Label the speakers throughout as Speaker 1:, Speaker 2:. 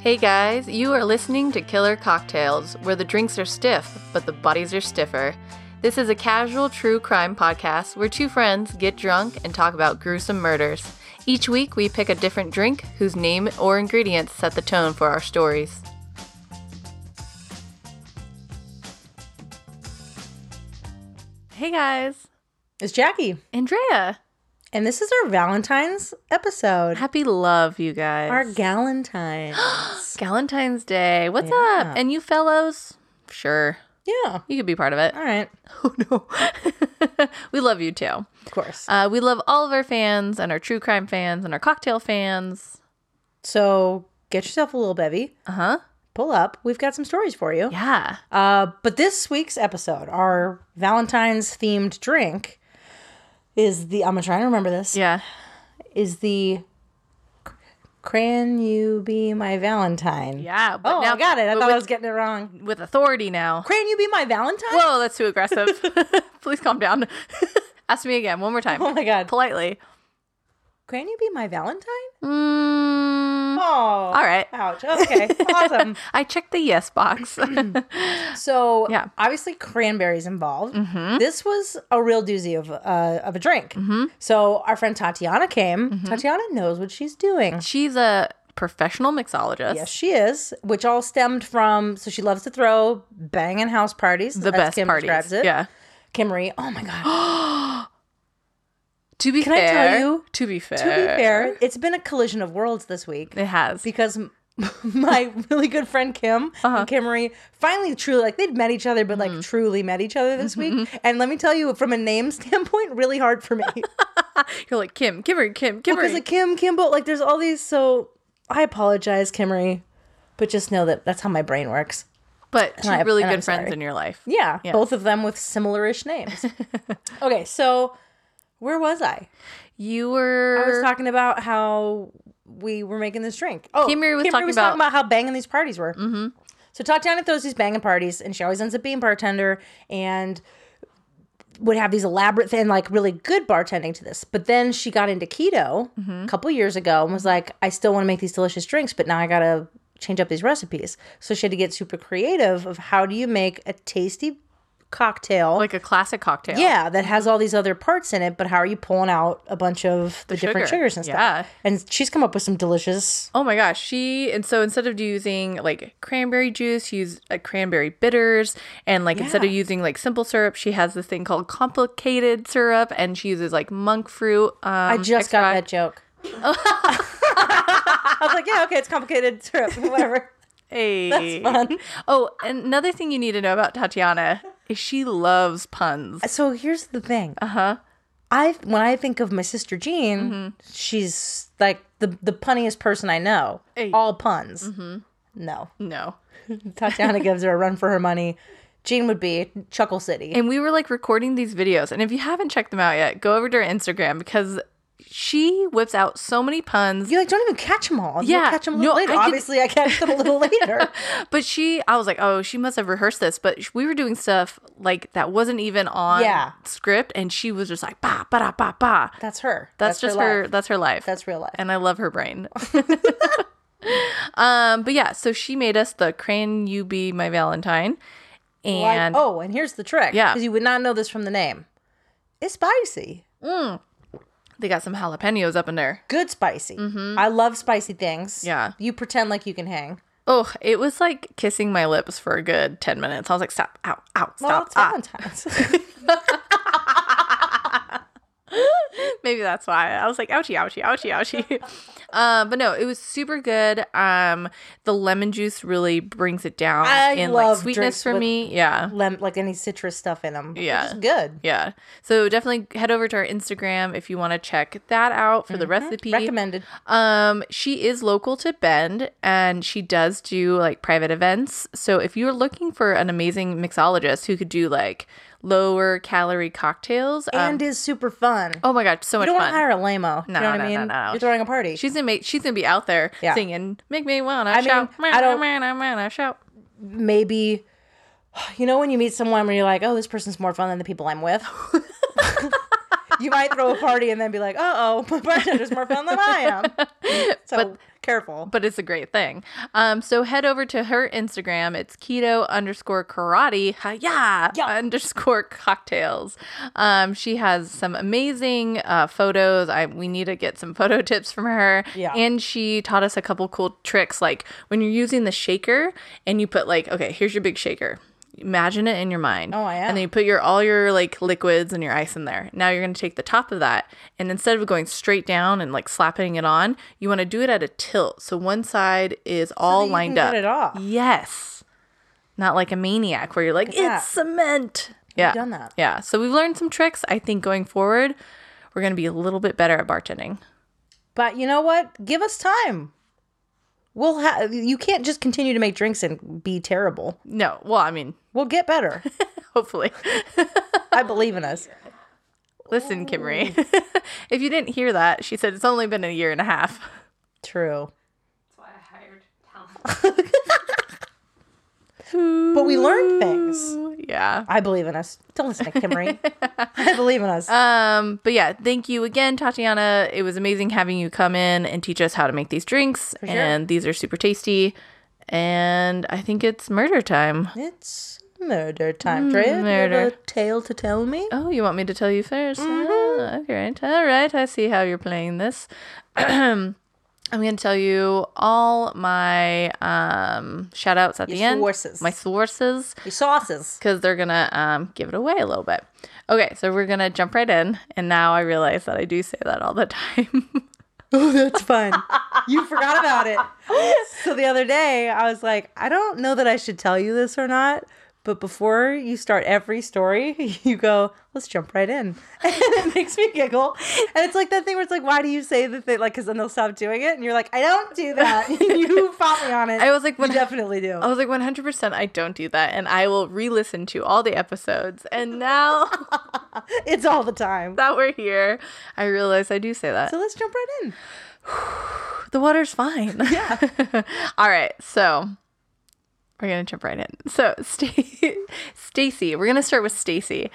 Speaker 1: Hey guys, you are listening to Killer Cocktails, where the drinks are stiff, but the bodies are stiffer. This is a casual true crime podcast where two friends get drunk and talk about gruesome murders. Each week, we pick a different drink whose name or ingredients set the tone for our stories. Hey guys,
Speaker 2: It's Jackie.
Speaker 1: Andrea.
Speaker 2: And this is our Valentine's episode.
Speaker 1: Happy love, you guys.
Speaker 2: Our Galentine's.
Speaker 1: Galentine's Day. What's
Speaker 2: Yeah.
Speaker 1: up? And you fellows? Sure,
Speaker 2: yeah.
Speaker 1: you could be part of it.
Speaker 2: All right.
Speaker 1: Oh no. we love you too.
Speaker 2: Of course.
Speaker 1: Uh, we love all of our fans and our true crime fans and our cocktail fans.
Speaker 2: So get yourself a little bevy,
Speaker 1: Uh huh.
Speaker 2: pull up. We've got some stories for you.
Speaker 1: Yeah.
Speaker 2: Uh, but this week's episode, our Valentine's themed drink is the, I'm going to try and remember this,
Speaker 1: Yeah.
Speaker 2: is the Can You Be My Valentine?
Speaker 1: Yeah. But
Speaker 2: Oh,
Speaker 1: now
Speaker 2: I got it. I
Speaker 1: but
Speaker 2: thought
Speaker 1: with,
Speaker 2: I was getting it wrong.
Speaker 1: with authority now.
Speaker 2: Can You Be My Valentine?
Speaker 1: Whoa, that's too aggressive. Please calm down. Ask me again one more time.
Speaker 2: Oh my God.
Speaker 1: Politely.
Speaker 2: Can You Be My Valentine?
Speaker 1: Mm,
Speaker 2: Oh.
Speaker 1: Mm-hmm. all right.
Speaker 2: Ouch. Okay. Awesome.
Speaker 1: I checked the yes box.
Speaker 2: So
Speaker 1: Yeah. Mm-hmm.
Speaker 2: obviously cranberries involved. This was a real doozy of uh, of a drink. So our friend Tatiana came.
Speaker 1: Mm-hmm.
Speaker 2: Tatiana knows what she's doing.
Speaker 1: She's a professional mixologist.
Speaker 2: Yes, she is. Which all stemmed from so she loves to throw banging house parties.
Speaker 1: the best
Speaker 2: Kim
Speaker 1: parties.
Speaker 2: describes it.
Speaker 1: Yeah.
Speaker 2: Kim Marie. Oh my god.
Speaker 1: To be
Speaker 2: I tell
Speaker 1: fair,
Speaker 2: you?
Speaker 1: to be fair,
Speaker 2: to be fair, it's been a collision of worlds this week
Speaker 1: it has.
Speaker 2: because m- my really good friend Kim and Kim Marie finally truly like they'd met each other, but like truly met each other this week. And let me tell you, from a name standpoint, really hard for me.
Speaker 1: You're like Kim, Kimmery, Kim, Kimmery.
Speaker 2: because of Kim Kimbo, like there's all these. So I apologize, Kimmery, but just know that that's how my brain works.
Speaker 1: but two
Speaker 2: I-
Speaker 1: really
Speaker 2: and
Speaker 1: good
Speaker 2: I'm
Speaker 1: friends
Speaker 2: sorry.
Speaker 1: in your life.
Speaker 2: Yeah, both of them with similarish names. okay, so where was I?
Speaker 1: You were.
Speaker 2: I was talking about how we were making this drink. Oh,
Speaker 1: Kimmery was talking about-
Speaker 2: how banging these parties were. Mm-hmm. So Tatiana throws these banging parties, and she always ends up being bartender and would have these elaborate and like really good bartending to this. But then she got into keto
Speaker 1: Mm-hmm.
Speaker 2: a couple years ago and was like, I still want to make these delicious drinks, but now I gotta change up these recipes. So she had to get super creative of how do you make a tasty cocktail
Speaker 1: like a classic cocktail.
Speaker 2: yeah, that
Speaker 1: Mm-hmm.
Speaker 2: has all these other parts in it, but how are you pulling out a bunch of the, different
Speaker 1: sugar.
Speaker 2: sugars and stuff?
Speaker 1: Yeah.
Speaker 2: And she's come up with some delicious.
Speaker 1: Oh my gosh. She and so instead of using like cranberry juice, she used uh, cranberry bitters, and like instead of using like simple syrup, she has this thing called complicated syrup, and she uses like monk fruit. Um,
Speaker 2: I just got that joke. I was like, yeah, okay, it's complicated syrup, whatever.
Speaker 1: Hey.
Speaker 2: fun.
Speaker 1: Oh, and another thing you need to know about Tatiana is she loves puns.
Speaker 2: So here's the thing. Uh
Speaker 1: Uh-huh.
Speaker 2: huh. I when I think of my sister Jean,
Speaker 1: Mm-hmm.
Speaker 2: she's like the the punniest person I know.
Speaker 1: Hey. Mm-hmm.
Speaker 2: All puns. No,
Speaker 1: No.
Speaker 2: Tatiana gives her a run for her money. Jean would be Chuckle City.
Speaker 1: and we were like recording these videos and if you haven't checked them out yet go over to her instagram because she whips out so many puns
Speaker 2: You like don't even catch them all. Yeah,
Speaker 1: Yeah,
Speaker 2: you catch them a little
Speaker 1: no,
Speaker 2: later.
Speaker 1: I could-
Speaker 2: Obviously, I catch them a little later.
Speaker 1: but she i was like oh she must have rehearsed this but sh- we were doing stuff like that wasn't even on
Speaker 2: Yeah.
Speaker 1: script and she was just like ba ba da ba ba
Speaker 2: That's her.
Speaker 1: that's, just her,
Speaker 2: life.
Speaker 1: that's her life
Speaker 2: That's real life.
Speaker 1: and i love her brain um but yeah so she made us the can you be my valentine
Speaker 2: Like-
Speaker 1: and
Speaker 2: oh, and here's the trick.
Speaker 1: Yeah.
Speaker 2: because you would not know this from the name. It's spicy.
Speaker 1: they got some jalapenos up in there
Speaker 2: Good spicy. I love spicy things.
Speaker 1: Mm-hmm. Yeah.
Speaker 2: You pretend like you can hang.
Speaker 1: Oh, it was like kissing my lips for a good 10 minutes. I was like, stop, ow, ow, stop.
Speaker 2: Well, it's
Speaker 1: ah.
Speaker 2: Valentine's.
Speaker 1: Maybe that's why. I was like, ouchie, ouchie, ouchie, ouchie. uh, but no, it was super good. Um, the lemon juice really brings it down
Speaker 2: I
Speaker 1: in
Speaker 2: love
Speaker 1: like sweetness
Speaker 2: drinks
Speaker 1: for
Speaker 2: with-
Speaker 1: me. Yeah.
Speaker 2: Lem- like any citrus stuff in them.
Speaker 1: Yeah.
Speaker 2: good.
Speaker 1: Yeah. So definitely head over to our Instagram if you want to check that out for
Speaker 2: Mm-hmm.
Speaker 1: the recipe.
Speaker 2: Recommended.
Speaker 1: Um, she is local to Bend and she does do like private events. So if you're looking for an amazing mixologist who could do like lower calorie cocktails, um,
Speaker 2: and is super fun.
Speaker 1: oh my god, so
Speaker 2: you
Speaker 1: much
Speaker 2: don't want
Speaker 1: fun.
Speaker 2: to hire a lamo.
Speaker 1: No,
Speaker 2: you know what
Speaker 1: no,
Speaker 2: I
Speaker 1: no,
Speaker 2: mean?
Speaker 1: no.
Speaker 2: You're throwing a party.
Speaker 1: she's gonna make she's gonna be out there
Speaker 2: Yeah.
Speaker 1: singing, make me wanna
Speaker 2: mean,
Speaker 1: shout,
Speaker 2: I don't-
Speaker 1: wanna, wanna shout.
Speaker 2: maybe you know when you meet someone where you're like, oh, this person's more fun than the people I'm with. you might throw a party and then be like, uh oh, my bartender's more fun than I am. So careful.
Speaker 1: but it's a great thing. Um, so head over to her Instagram. It's keto underscore karate haya
Speaker 2: Yeah.
Speaker 1: underscore cocktails. Um, she has some amazing uh, photos. I we need to get some photo tips from her.
Speaker 2: Yeah.
Speaker 1: and she taught us a couple cool tricks, like when you're using the shaker and you put like, okay, here's your big shaker. Imagine it in your mind.
Speaker 2: Oh, I am.
Speaker 1: And then you put your all your like liquids and your ice in there. Now you're going to take the top of that and instead of going straight down and like slapping it on, you want to do it at a tilt. So one side is all
Speaker 2: you can
Speaker 1: lined
Speaker 2: get
Speaker 1: up.
Speaker 2: it off.
Speaker 1: Yes. Not like a maniac where you're like it's
Speaker 2: that.
Speaker 1: cement. Yeah.
Speaker 2: done that.
Speaker 1: Yeah. So we've learned some tricks. I think going forward, we're going to be a little bit better at bartending.
Speaker 2: But you know what? Give us time. We'll have. You can't just continue to make drinks and be terrible.
Speaker 1: No. Well, I mean,
Speaker 2: We'll get better.
Speaker 1: hopefully.
Speaker 2: I believe in us.
Speaker 1: Listen, Kimmery. if you didn't hear that, she said it's only been a year and a half.
Speaker 2: True.
Speaker 3: why I hired talent.
Speaker 2: But we learned things.
Speaker 1: Yeah.
Speaker 2: I believe in us. Don't listen to Kimmery. I believe in us.
Speaker 1: Um, but yeah, thank you again, Tatiana. It was amazing having you come in and teach us how to make these drinks.
Speaker 2: sure.
Speaker 1: And these are super tasty. And I think it's murder time.
Speaker 2: it's murder time. Drea, do you have
Speaker 1: murder.
Speaker 2: a tale to tell me?
Speaker 1: Oh, you want me to tell you 1st
Speaker 2: Mm-hmm.
Speaker 1: Ah, all right, all right. I see how you're playing this. I'm going to tell you all my um, shout outs at the end.
Speaker 2: sources.
Speaker 1: My sources.
Speaker 2: Your sauces.
Speaker 1: because they're gonna um, give it away a little bit. Okay, so we're gonna jump right in, and now I realize that I do say that all the time.
Speaker 2: Oh, that's fun. you forgot about it. So the other day, I was like, I don't know that I should tell you this or not, but before you start every story, you go, let's jump right in. And it makes me giggle. And it's like that thing where it's like, why do you say the thing? Like, because then they'll stop doing it. And you're like, I don't do that. you fought me on it.
Speaker 1: I was like,
Speaker 2: you
Speaker 1: when-
Speaker 2: definitely do.
Speaker 1: I was like, 100%, I don't do that, and I will re listen to all the episodes. And now
Speaker 2: It's all the time.
Speaker 1: that we're here, I realize I do say that.
Speaker 2: So let's jump right in.
Speaker 1: the water's fine. Yeah. All right. So we're gonna jump right in. So Sta- Stacy, we're gonna start with Stacy.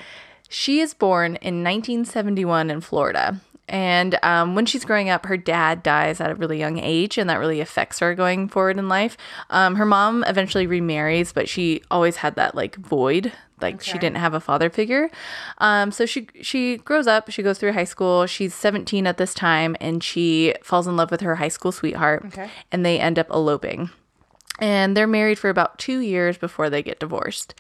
Speaker 1: She is born in 1971 in Florida. And um, when she's growing up, her dad dies at a really young age, and that really affects her going forward in life. Um, her mom eventually remarries, but she always had that like void, like she didn't have a father figure. Um, so she she grows up, she goes through high school. She's 17 at this time, and she falls in love with her high school sweetheart,
Speaker 2: Okay.
Speaker 1: and they end up eloping and they're married for about two years before they get divorced.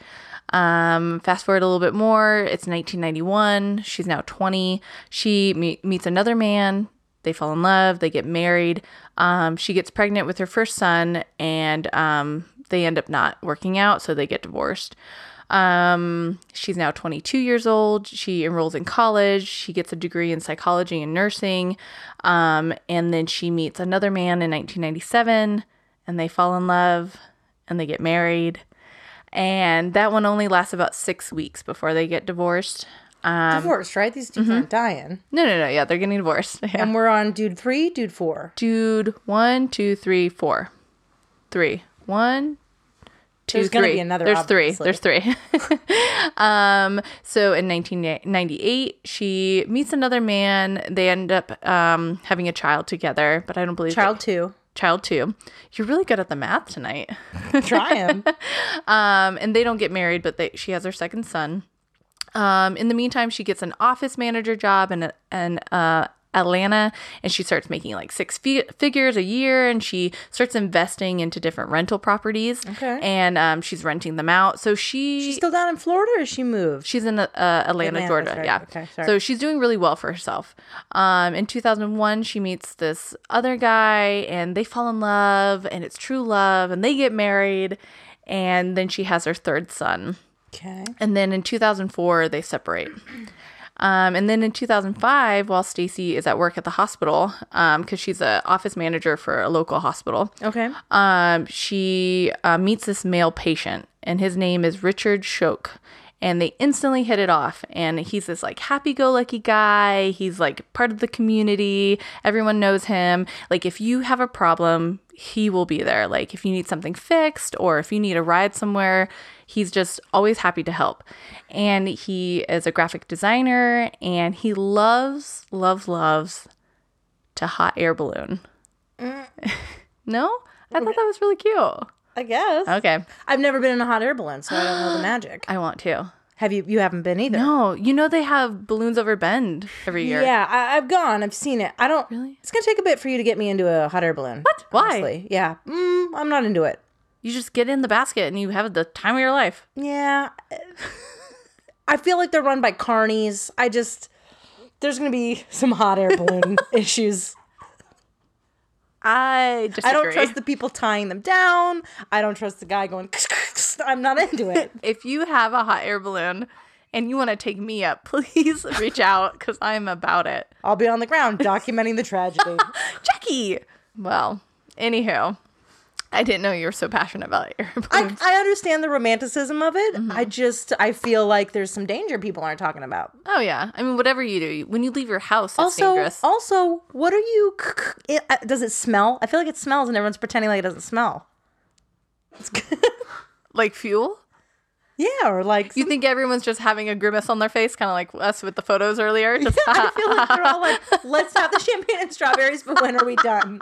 Speaker 1: Um, fast forward a little bit more, it's 1991. She's now 20. She me- meets another man. They fall in love. They get married. Um, she gets pregnant with her first son, and um, they end up not working out, so they get divorced. Um, she's now 22 years old. She enrolls in college. She gets a degree in psychology and nursing. Um, and then she meets another man in 1997 and they fall in love and they get married. And that one only lasts about six weeks before they get divorced. Um,
Speaker 2: Divorced, right? These dudes aren't dying.
Speaker 1: No, no, no. Yeah, they're getting divorced. mm-hmm. Yeah.
Speaker 2: And we're on dude three, dude four.
Speaker 1: Dude, one, two, three, four. Three. One, two,
Speaker 2: There's gonna
Speaker 1: three.
Speaker 2: be another,
Speaker 1: There's
Speaker 2: obviously.
Speaker 1: three. There's three. um, so in 1998, she meets another man. They end up um, having a child together, but I don't believe
Speaker 2: Child two.
Speaker 1: child two. You're really good at the math tonight.
Speaker 2: Try him.
Speaker 1: Um, and they don't get married, but they, she has her second son. Um, in the meantime, she gets an office manager job in in uh, Atlanta, and she starts making like six fi- figures a year, and she starts investing into different rental properties.
Speaker 2: Okay.
Speaker 1: and um, she's renting them out. So she
Speaker 2: She's still down in Florida or has she moved?
Speaker 1: She's in uh, uh, Atlanta,
Speaker 2: Atlanta,
Speaker 1: Georgia.
Speaker 2: sorry.
Speaker 1: Yeah.
Speaker 2: Okay, sorry.
Speaker 1: So she's doing really well for herself. Um, in 2001, she meets this other guy and they fall in love and it's true love and they get married. And then she has her third son.
Speaker 2: Okay.
Speaker 1: And then in 2004, they separate. Um, and then in 2005, while Stacy is at work at the hospital, because she's an office manager for a local hospital,
Speaker 2: Okay.
Speaker 1: um, she uh, meets this male patient, and his name is Richard Shoke. and they instantly hit it off. And he's this like happy go lucky guy. He's like part of the community. Everyone knows him. Like, if you have a problem, he will be there. Like, if you need something fixed or if you need a ride somewhere, he's just always happy to help. And he is a graphic designer and he loves, loves, loves to hot air balloon. no? I thought that was really cute.
Speaker 2: I guess.
Speaker 1: Okay.
Speaker 2: I've never been in a hot air balloon, so I don't know the magic.
Speaker 1: I want to.
Speaker 2: Have you? You haven't been either.
Speaker 1: No, you know they have balloons over Bend every year.
Speaker 2: Yeah, I, I've gone. I've seen it. I don't.
Speaker 1: Really?
Speaker 2: It's gonna take a bit for you to get me into a hot air balloon. What?
Speaker 1: Why?
Speaker 2: Yeah. Mm, I'm not into it.
Speaker 1: You just get in the basket and you have the time of your life.
Speaker 2: Yeah. I feel like they're run by carnies. I just there's gonna be some hot air balloon issues.
Speaker 1: I disagree.
Speaker 2: I don't trust the people tying them down. I don't trust the guy going. I'm not into it.
Speaker 1: if you have a hot air balloon and you want to take me up, please reach out because I'm about it.
Speaker 2: I'll be on the ground documenting the tragedy.
Speaker 1: Jackie! Well, anywho, I didn't know you were so passionate about air
Speaker 2: I,
Speaker 1: balloons.
Speaker 2: I understand the romanticism of it. I just I feel like there's some danger people aren't talking about.
Speaker 1: oh, yeah. I mean, whatever you do, when you leave your house, it's
Speaker 2: Also,
Speaker 1: dangerous.
Speaker 2: also, what are you? It, uh, does it smell? I feel like it smells, and everyone's pretending like it doesn't smell. It's good.
Speaker 1: Like fuel?
Speaker 2: yeah, or like
Speaker 1: You think everyone's just having a grimace on their face, kind of like us with the photos earlier? Just,
Speaker 2: I feel like they're all like, let's have the champagne and strawberries, but when are we done?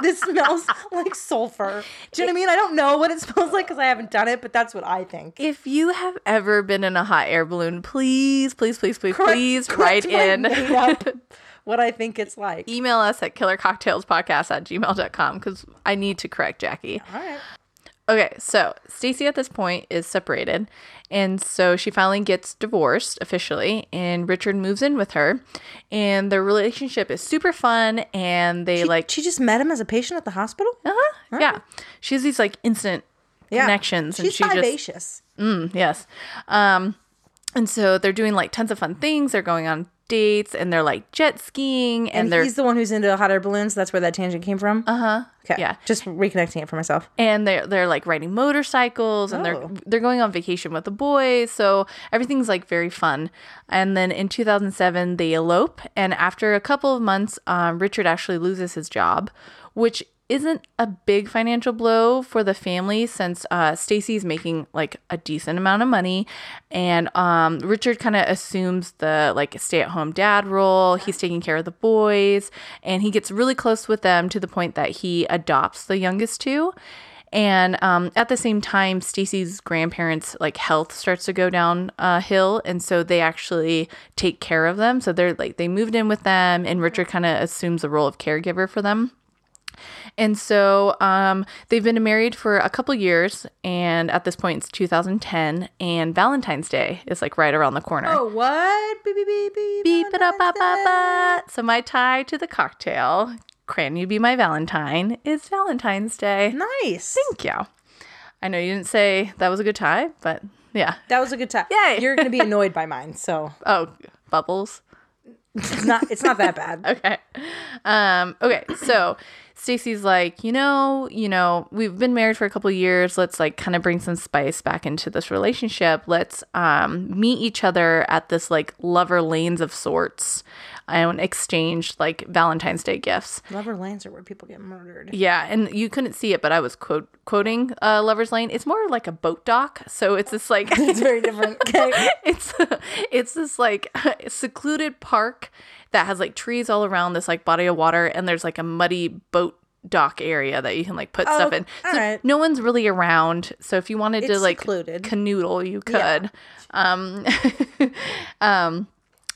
Speaker 2: This smells like sulfur. Do you know what I mean? I don't know what it smells like because I haven't done it, but that's what I think.
Speaker 1: If you have ever been in a hot air balloon, please, please, please, please,
Speaker 2: Correct-
Speaker 1: please
Speaker 2: correct
Speaker 1: write
Speaker 2: my
Speaker 1: in.
Speaker 2: made up what I think it's like.
Speaker 1: Email us at killercocktailspodcast at gmail.com because I need to correct Jackie.
Speaker 2: All right.
Speaker 1: Okay, so Stacy at this point is separated, and so she finally gets divorced officially, and Richard moves in with her, and their relationship is super fun, and they like,
Speaker 2: she just met him as a patient at the hospital.
Speaker 1: uh-huh, yeah, she has these like instant connections,
Speaker 2: She's
Speaker 1: and she just
Speaker 2: vivacious.
Speaker 1: Yes. Um, and so they're doing like tons of fun things. They're going on dates and they're like jet skiing and,
Speaker 2: and
Speaker 1: they're Uh-huh.
Speaker 2: he's the one who's into hot air balloons. That's where that tangent came from. Uh huh. Okay.
Speaker 1: yeah.
Speaker 2: Just reconnecting it for myself.
Speaker 1: and they're they're like riding motorcycles and
Speaker 2: Oh.
Speaker 1: they're they're going on vacation with the boys. So everything's like very fun. And then in 2007 they elope and after a couple of months um, Richard actually loses his job, which isn't a big financial blow for the family since uh, Stacy's making like a decent amount of money, and um, Richard kind of assumes the like stay-at-home dad role. He's taking care of the boys, and he gets really close with them to the point that he adopts the youngest two. And um, at the same time, Stacy's grandparents' like health starts to go down a hill, and so they actually take care of them. So they're like they moved in with them, and Richard kind of assumes the role of caregiver for them. And so um, they've been married for a couple years, and at this point, it's 2010, and Valentine's Day is like right around the corner.
Speaker 2: Oh, what? Beep, beep, beep, beep.
Speaker 1: Beep it up, up, up, up. So my tie to the cocktail, "Can you be my Valentine?" is Valentine's Day.
Speaker 2: Nice.
Speaker 1: Thank you. I know you didn't say that was a good tie, but yeah.
Speaker 2: That was a good time.
Speaker 1: Yay.
Speaker 2: You're gonna be annoyed by mine, so
Speaker 1: Oh, bubbles.
Speaker 2: it's not it's not that bad.
Speaker 1: okay. Um, okay, so Stacy's like, you know, you know, we've been married for a couple years. Let's like kind of bring some spice back into this relationship. Let's um, meet each other at this like lover lanes of sorts and exchange like Valentine's Day gifts.
Speaker 2: Lover lands are where people get murdered.
Speaker 1: Yeah, and you couldn't see it, but I was quote quoting uh, Lover's Lane. It's more like a boat dock, so it's this like
Speaker 2: It's very different. Okay.
Speaker 1: it's it's this like secluded park that has like trees all around this like body of water and there's like a muddy boat dock area that you can like put stuff in.
Speaker 2: Oh, all
Speaker 1: So
Speaker 2: right.
Speaker 1: no one's really around. So if you wanted to
Speaker 2: It's
Speaker 1: like
Speaker 2: secluded.
Speaker 1: canoodle, you could.
Speaker 2: Yeah.
Speaker 1: Um um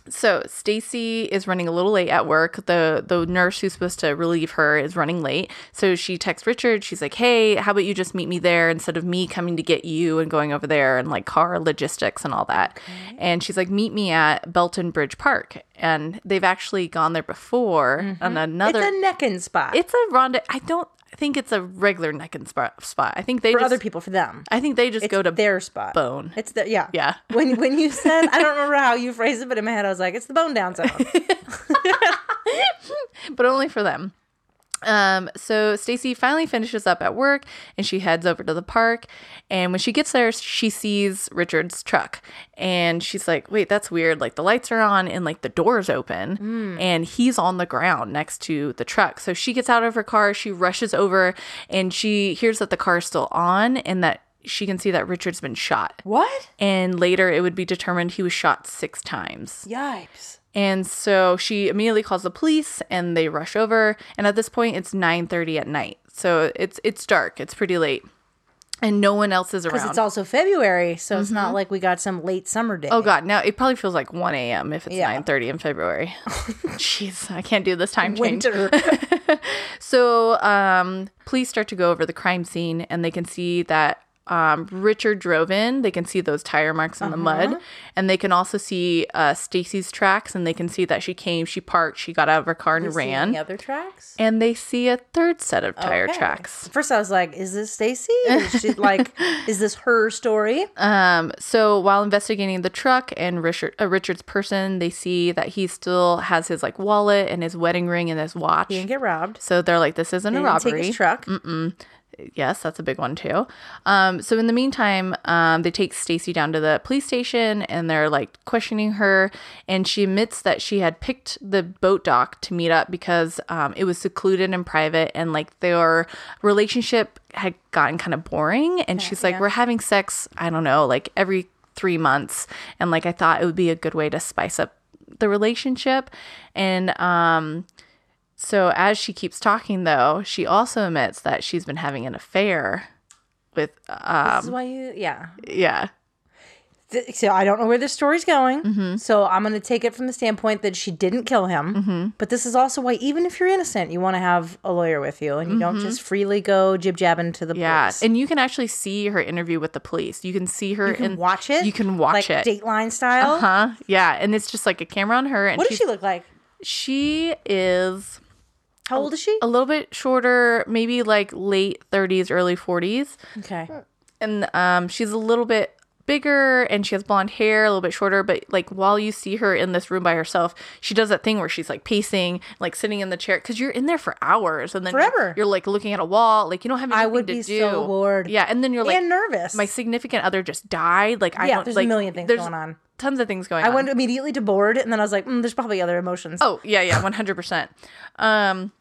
Speaker 1: so Stacy is running a little late at work. The the nurse who's supposed to relieve her is running late. So she texts Richard. She's like, "Hey, how about you just meet me there instead of me coming to get you and going over there and like car logistics and all that." And she's like, "Meet me at Belton Bridge Park." And they've actually gone there before on
Speaker 2: Mm-hmm. It's
Speaker 1: another
Speaker 2: a necking spot.
Speaker 1: It's a Ronda I don't think it's a regular neck and spot spot. I think they
Speaker 2: for
Speaker 1: just
Speaker 2: other people for them.
Speaker 1: I think they just go to
Speaker 2: their spot.
Speaker 1: bone.
Speaker 2: It's the yeah.
Speaker 1: Yeah.
Speaker 2: When when you said I don't remember how you phrased it, but in my head I was like, it's the bone down zone.
Speaker 1: but only for them. Um, so Stacy finally finishes up at work and she heads over to the park. And when she gets there, she sees Richard's truck and she's like, Wait, that's weird. Like the lights are on and like the door's open and he's on the ground next to the truck. So she gets out of her car, she rushes over and she hears that the car's still on and that she can see that Richard's been shot.
Speaker 2: What?
Speaker 1: And later it would be determined he was shot six times.
Speaker 2: Yipes.
Speaker 1: And so she immediately calls the police and they rush over and at this point it's 9:30 at night. So it's it's dark, it's pretty late. And no one else is
Speaker 2: Because
Speaker 1: around.
Speaker 2: it's also February, so it's
Speaker 1: Mm-hmm.
Speaker 2: not like we got some late summer day.
Speaker 1: oh god, now it probably feels like 1 a.m. if it's
Speaker 2: Yeah.
Speaker 1: 9:30 in February. Jeez, I can't do this time change.
Speaker 2: winter.
Speaker 1: So, um, police start to go over the crime scene and they can see that um, Richard drove in. They can see those tire marks in the
Speaker 2: Uh-huh.
Speaker 1: mud. And they can also see uh, Stacy's tracks and they can see that she came, she parked, she got out of her car and ran.
Speaker 2: the other tracks.
Speaker 1: and they see a third set of tire
Speaker 2: Okay.
Speaker 1: tracks.
Speaker 2: First, I was like, "Is this Stacy? Is she like, is this her story?"
Speaker 1: Um, so while investigating the truck and Richard, uh, Richard's person, they see that he still has his like wallet and his wedding ring and his watch.
Speaker 2: Didn't get robbed.
Speaker 1: so they're like, this isn't a
Speaker 2: Didn't take
Speaker 1: robbery.
Speaker 2: his truck.
Speaker 1: Yes, that's a big one too. Um, so in the meantime, um, they take Stacy down to the police station and they're like questioning her, and she admits that she had picked the boat dock to meet up because um, it was secluded and private, and like their relationship had gotten kind of boring. And she's like, "We're having sex, I don't know, like every three months, and like I thought it would be a good way to spice up the relationship." And um, so as she keeps talking, though, she also admits that she's been having an affair with, uh,
Speaker 2: this is why you, yeah.
Speaker 1: yeah,
Speaker 2: Th- So I don't know where this story's going.
Speaker 1: Mm-hmm.
Speaker 2: So I'm going to take it from the standpoint that she didn't kill him.
Speaker 1: Mm-hmm.
Speaker 2: But this is also why, even if you're innocent, you want to have a lawyer with you, and you don't
Speaker 1: Mm-hmm.
Speaker 2: just freely go jib jabbing to the
Speaker 1: yeah.
Speaker 2: police.
Speaker 1: And you can actually see her interview with the police. You can see her
Speaker 2: you can
Speaker 1: in-
Speaker 2: watch it.
Speaker 1: You can watch
Speaker 2: like
Speaker 1: it.
Speaker 2: Dateline style.
Speaker 1: Huh? Yeah. And it's just like a camera on her, and
Speaker 2: What does
Speaker 1: she's,
Speaker 2: she look like?
Speaker 1: she is
Speaker 2: How old is she?
Speaker 1: a little bit shorter, maybe like late 30s, early 40s.
Speaker 2: Okay.
Speaker 1: uh, and um, she's a little bit bigger and she has blonde hair a little bit shorter but like while you see her in this room by herself she does that thing where she's like pacing like sitting in the chair because you're in there for hours and then
Speaker 2: Forever.
Speaker 1: you're like looking at a wall like you don't have anything
Speaker 2: I would
Speaker 1: to
Speaker 2: be
Speaker 1: do
Speaker 2: so bored.
Speaker 1: yeah and then you're like
Speaker 2: and nervous.
Speaker 1: my significant other just died like i
Speaker 2: yeah,
Speaker 1: don't
Speaker 2: there's
Speaker 1: like
Speaker 2: a million things
Speaker 1: there's
Speaker 2: going on.
Speaker 1: tons of things going
Speaker 2: I
Speaker 1: on
Speaker 2: went immediately to bored, and then I was like, mm, "There's probably other emotions."
Speaker 1: Oh, yeah, yeah, 100%. Um,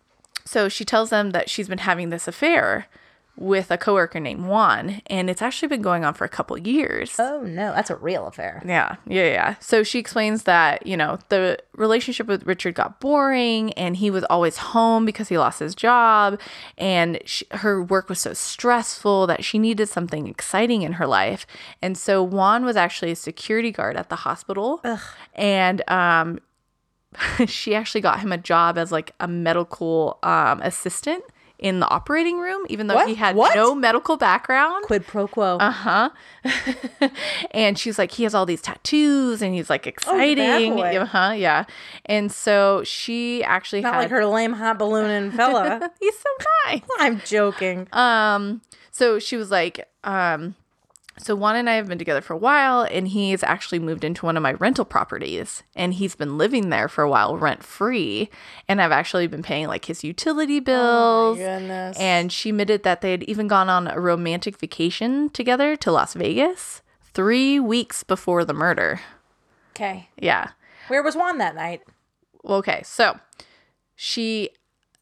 Speaker 1: so she tells them that she's been having this affair with a coworker named Juan, and it's actually been going on for a couple years.
Speaker 2: Oh no, that's a real affair.
Speaker 1: Yeah, yeah, yeah. So she explains that, you know, the relationship with Richard got boring and he was always home because he lost his job. And she, her work was so stressful that she needed something exciting in her life. And so Juan was actually a security guard at the hospital. And um, she actually got him a job as like a medical um, assistant in the operating room, even though
Speaker 2: What?
Speaker 1: he had
Speaker 2: What?
Speaker 1: no medical background.
Speaker 2: Quid pro quo.
Speaker 1: Uh huh. and she's like, he has all these tattoos, and he's like
Speaker 2: Oh, the bad
Speaker 1: exciting.
Speaker 2: boy.
Speaker 1: uh huh. Yeah. And so she actually
Speaker 2: Not
Speaker 1: had.
Speaker 2: like her lame hot balloon and fella.
Speaker 1: He's so nice.
Speaker 2: I'm joking.
Speaker 1: Um. So she was like, um. So Juan and I have been together for a while, and he's actually moved into one of my rental properties, and he's been living there for a while, rent free, and I've actually been paying like his utility bills.
Speaker 2: Oh, Goodness.
Speaker 1: And she admitted that they had even gone on a romantic vacation together to Las Vegas three weeks before the murder.
Speaker 2: okay,
Speaker 1: Yeah.
Speaker 2: where was Juan that night?
Speaker 1: Okay. So she,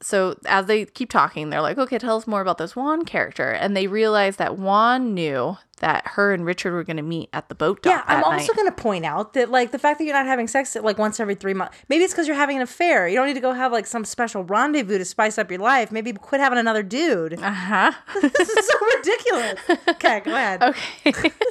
Speaker 1: so as they keep talking, they're like, okay, tell us more about this Juan character. And they realize that Juan knew that her and Richard were going to meet at the boat dock.
Speaker 2: Yeah, I'm
Speaker 1: that
Speaker 2: also
Speaker 1: night.
Speaker 2: going to point out that like the fact that you're not having sex at, like once every three months, maybe it's because you're having an affair. You don't need to go have like some special rendezvous to spice up your life. Maybe quit having another dude. Uh huh. this is so ridiculous. Okay, go ahead.
Speaker 1: Uh-huh. Okay.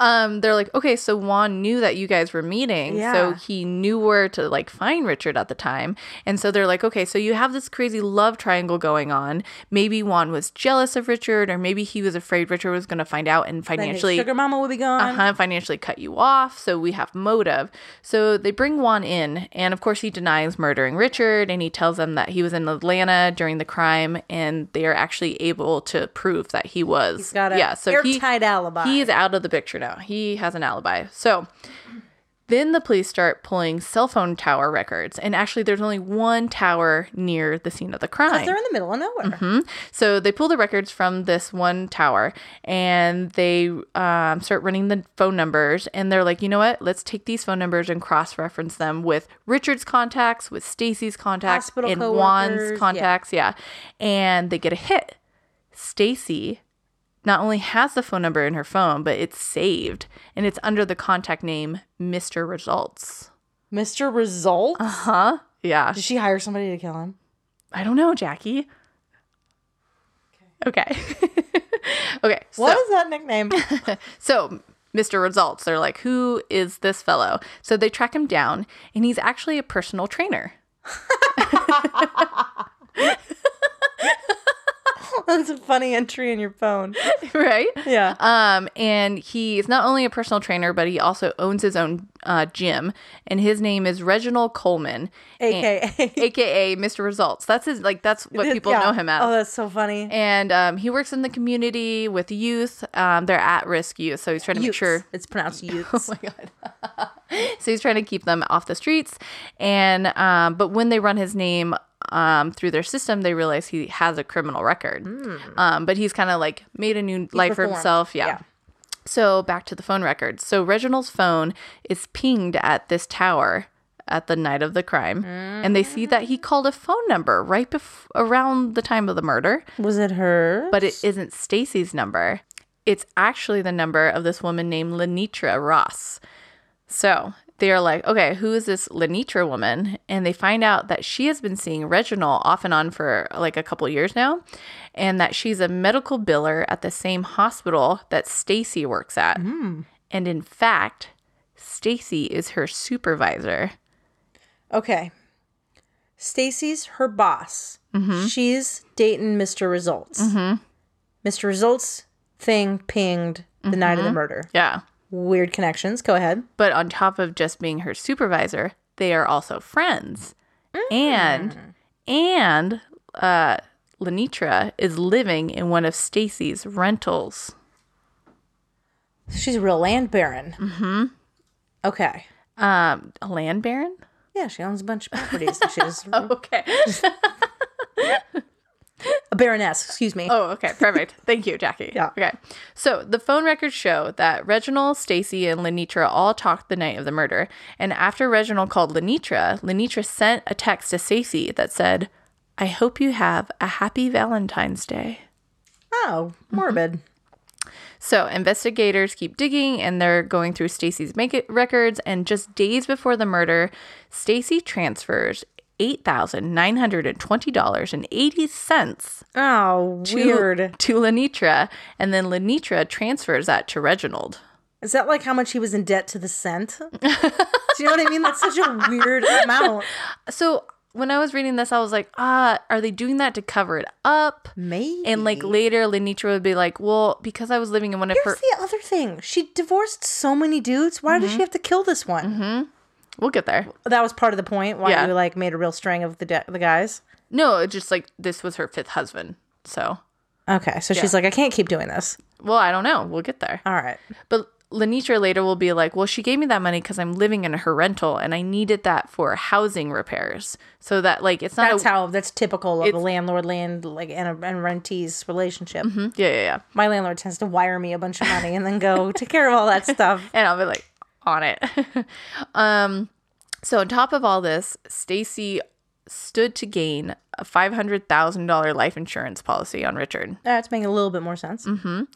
Speaker 1: um, they're like, okay, so Juan knew that you guys were meeting, so
Speaker 2: Yeah.
Speaker 1: he knew where to like find Richard at the time, and so they're like, okay, so you have this crazy love triangle going on. Maybe Juan was jealous of Richard, or maybe he was afraid Richard was going to find out and
Speaker 2: Then his
Speaker 1: financially
Speaker 2: sugar mama will be gone.
Speaker 1: uh-huh, financially cut you off. So we have motive. So they bring Juan in, and of course, he denies murdering Richard and he tells them that he was in Atlanta during the crime, and they are actually able to prove that he was.
Speaker 2: He's got a
Speaker 1: yeah, so he,
Speaker 2: airtight alibi.
Speaker 1: He is out of the picture now. He has an alibi. So Then the police start pulling cell phone tower records, and actually, there's only one tower near the scene of the crime.
Speaker 2: They're in the middle of nowhere.
Speaker 1: Mm-hmm. So they pull the records from this one tower and they um, start running the phone numbers. And they're like, you know what? Let's take these phone numbers and cross reference them with Richard's contacts, with Stacy's contacts,
Speaker 2: Hospital
Speaker 1: and
Speaker 2: coworkers, yeah.
Speaker 1: Juan's contacts. Yeah. And they get a hit. Stacy not only has the phone number in her phone, but it's saved and it's under the contact name Mr. Results.
Speaker 2: Mr. Result?
Speaker 1: Uh huh. Yeah.
Speaker 2: Did she hire somebody to kill him?
Speaker 1: I don't know, Jackie. Okay. okay. So,
Speaker 2: What is that nickname?
Speaker 1: so Mr. Results, they're like, who is this fellow? So they track him down, and he's actually a personal trainer.
Speaker 2: That's a funny entry in your phone.
Speaker 1: right?
Speaker 2: Yeah.
Speaker 1: Um, and he is not only a personal trainer, but he also owns his own uh, gym, and his name is Reginald Coleman,
Speaker 2: AKA.
Speaker 1: aka Mr. Results. That's his like that's what people
Speaker 2: Yeah.
Speaker 1: know him as.
Speaker 2: Oh, that's so funny.
Speaker 1: and um, he works in the community with youth. Um, they're at risk youth, so he's trying to make
Speaker 2: Utes.
Speaker 1: sure
Speaker 2: It's pronounced youths.
Speaker 1: So he's trying to keep them off the streets. And um, but when they run his name um, through their system, they realize he has a criminal record. Um, but he's kind of like made a new life for
Speaker 2: reformed.
Speaker 1: himself. Yeah.
Speaker 2: Yeah.
Speaker 1: So back to the phone records. So Reginald's phone is pinged at this tower at the night of the crime, and they see that he called a phone number right bef- around the time of the murder
Speaker 2: Was it her?
Speaker 1: but it isn't Stacy's number. It's actually the number of this woman named Lenitra Ross. So they are like, okay, who is this Lenitra woman? And they find out that she has been seeing Reginald off and on for like a couple years now, and that she's a medical biller at the same hospital that Stacy works at. And in fact, Stacy is her supervisor.
Speaker 2: okay. Stacy's her boss. She's dating Mr. Results. Mr. Results thing pinged the night of the murder.
Speaker 1: Yeah.
Speaker 2: Weird connections. Go ahead.
Speaker 1: But on top of just being her supervisor, they are also friends. And and uh Lenitra is living in one of Stacy's rentals.
Speaker 2: She's a real land baron. Mm-hmm. Okay.
Speaker 1: Um a land baron?
Speaker 2: Yeah, she owns a bunch of properties. and She's
Speaker 1: Okay.
Speaker 2: a baroness. Excuse me.
Speaker 1: oh, okay. Perfect. Thank you, Jackie.
Speaker 2: Yeah.
Speaker 1: Okay. So the phone records show that Reginald, Stacy, and Lenitra all talked the night of the murder. And after Reginald called Lenitra, Lenitra sent a text to Stacy that said, I hope you have a happy Valentine's Day.
Speaker 2: Oh, morbid.
Speaker 1: So investigators keep digging and they're going through Stacy's make it records and just days before the murder, Stacy transfers $8,920.80
Speaker 2: Oh,
Speaker 1: to,
Speaker 2: weird.
Speaker 1: to Lenitra and then Lenitra transfers that to Reginald.
Speaker 2: Is that like how much he was in debt to the cent? Do you know what I mean? That's such a weird amount.
Speaker 1: So when I was reading this, I was like, "Ah, are they doing that to cover it up?"
Speaker 2: Maybe.
Speaker 1: And like later Lenitra would be like, "Well, because I was living in one of her Mm-hmm.
Speaker 2: here's the other thing. She divorced so many dudes. Why did she have to kill this one?
Speaker 1: We'll get there.
Speaker 2: That was part of the point. Why
Speaker 1: Mm-hmm. Yeah.
Speaker 2: you like made a real string of the de- the guys.
Speaker 1: No, it's just like this was her fifth husband. So,
Speaker 2: Okay, so she's like, I can't keep doing this.
Speaker 1: well, I don't know. We'll get there.
Speaker 2: All right.
Speaker 1: But Lenitra later will be like, well, she gave me that money because I'm living in her rental and I needed that for housing repairs. So that, like, it's not
Speaker 2: That's
Speaker 1: a.
Speaker 2: how. That's typical of a landlord land like and, a, and rentee's relationship.
Speaker 1: Mhm. yeah, yeah, yeah.
Speaker 2: My landlord tends to wire me a bunch of money and then go take care of all that stuff.
Speaker 1: And I'll be like, on it. um, so, on top of all this, Stacy stood to gain a $500,000 life insurance policy on Richard.
Speaker 2: That's making a little bit more sense.
Speaker 1: Mm.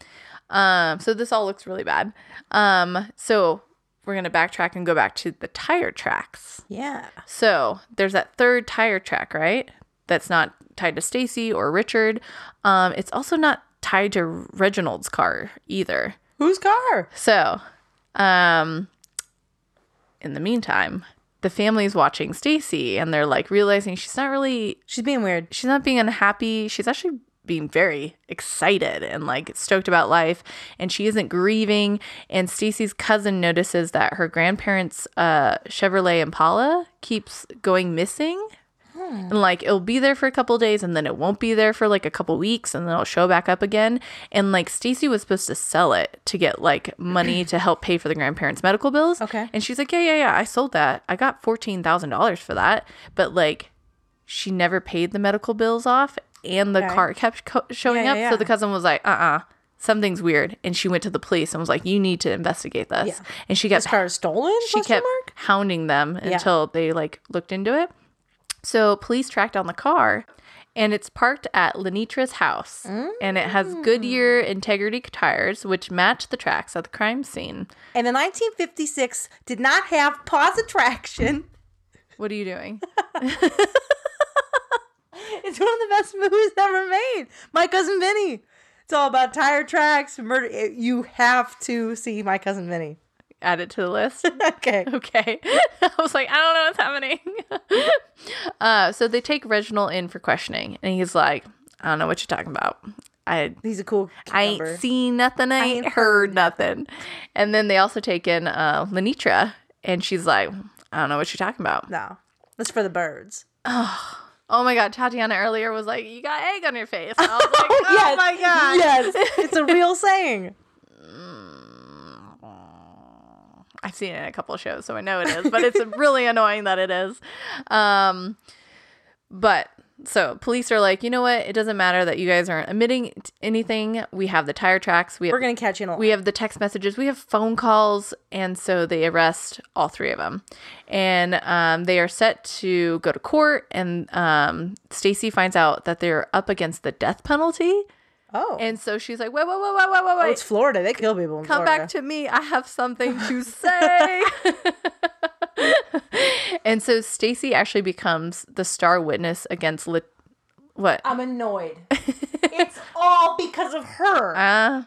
Speaker 1: Um, so this all looks really bad. Um, so we're going to backtrack and go back to the tire tracks.
Speaker 2: Yeah.
Speaker 1: So there's that third tire track, right? That's not tied to Stacy or Richard. Um, it's also not tied to Reginald's car either.
Speaker 2: Whose car?
Speaker 1: So, um, in the meantime, the family's watching Stacy and they're like realizing she's not really,
Speaker 2: She's being weird.
Speaker 1: she's not being unhappy. She's actually being very excited and like stoked about life and she isn't grieving and Stacy's cousin notices that her grandparents uh Chevrolet Impala keeps going missing And like it'll be there for a couple days and then it won't be there for like a couple weeks and then it'll show back up again. And like Stacy was supposed to sell it to get like money to help pay for the grandparents' medical bills.
Speaker 2: Okay.
Speaker 1: And she's like, Yeah, yeah, yeah, I sold that. I got fourteen thousand dollars for that. But like she never paid the medical bills off and the
Speaker 2: Okay.
Speaker 1: car kept co- showing
Speaker 2: Yeah,
Speaker 1: up.
Speaker 2: yeah,
Speaker 1: So
Speaker 2: yeah.
Speaker 1: the cousin was like, Uh uh Something's weird, and she went to the police and was like, "You need to investigate this."
Speaker 2: Yeah.
Speaker 1: And she kept
Speaker 2: This car is stolen?
Speaker 1: she
Speaker 2: question
Speaker 1: kept
Speaker 2: mark?
Speaker 1: hounding them until they like looked into it. So police tracked down the car and it's parked at Lenitra's house and it has Goodyear
Speaker 2: Mm.
Speaker 1: integrity tires which match the tracks at the crime scene.
Speaker 2: And the 1956 did not have positive traction.
Speaker 1: What are you doing?
Speaker 2: It's one of the best movies ever made. My cousin Vinny. It's all about tire tracks, murder. eh, You have to see My Cousin Vinny.
Speaker 1: Add it to the list.
Speaker 2: Okay.
Speaker 1: Okay. I was like, I don't know what's happening. uh, so they take Reginald in for questioning and he's like, I don't know what you're talking about. I
Speaker 2: He's a cool
Speaker 1: I
Speaker 2: cucumber.
Speaker 1: ain't seen nothing. I ain't heard nothing. And then they also take in uh, Lenitra, and she's like, I don't know what you're talking about.
Speaker 2: No. That's for the birds.
Speaker 1: Oh my God, Tatiana earlier was like, You got egg on your face. I was like, Oh my God.
Speaker 2: Yes. It's a real saying.
Speaker 1: I've seen it in a couple of shows, so I know it is, but it's really annoying that it is. Um, but so police are like, You know what? It doesn't matter that you guys aren't admitting t- anything. We have the tire tracks. We have
Speaker 2: We're going to catch you in a
Speaker 1: We have the text messages, we have phone calls, and so they arrest all three of them, and um, they are set to go to court. And um, Stacy finds out that they're up against the death penalty,
Speaker 2: Oh.
Speaker 1: and so she's like, "Wait, wait, wait, wait, wait, wait,
Speaker 2: oh,
Speaker 1: wait!
Speaker 2: it's Florida. They kill people in
Speaker 1: Come
Speaker 2: Florida.
Speaker 1: back to me. I have something to say." and so Stacy actually becomes the star witness against Lit. What?
Speaker 2: I'm annoyed. it's all because of her.
Speaker 1: Uh, yeah.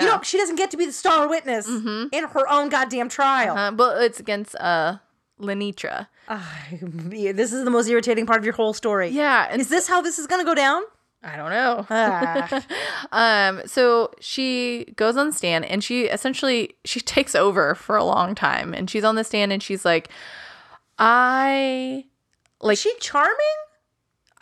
Speaker 1: Mm-hmm.
Speaker 2: You know, she doesn't get to be the star witness in her own goddamn trial.
Speaker 1: uh, well, it's against uh, Lenitra.
Speaker 2: Ah, this is the most irritating part of your whole story.
Speaker 1: Yeah, and
Speaker 2: Is this how this is going to go down?
Speaker 1: I don't know.
Speaker 2: Ah.
Speaker 1: um so she goes on stand and she essentially she takes over for a long time and she's on the stand and she's like i
Speaker 2: Is she charming?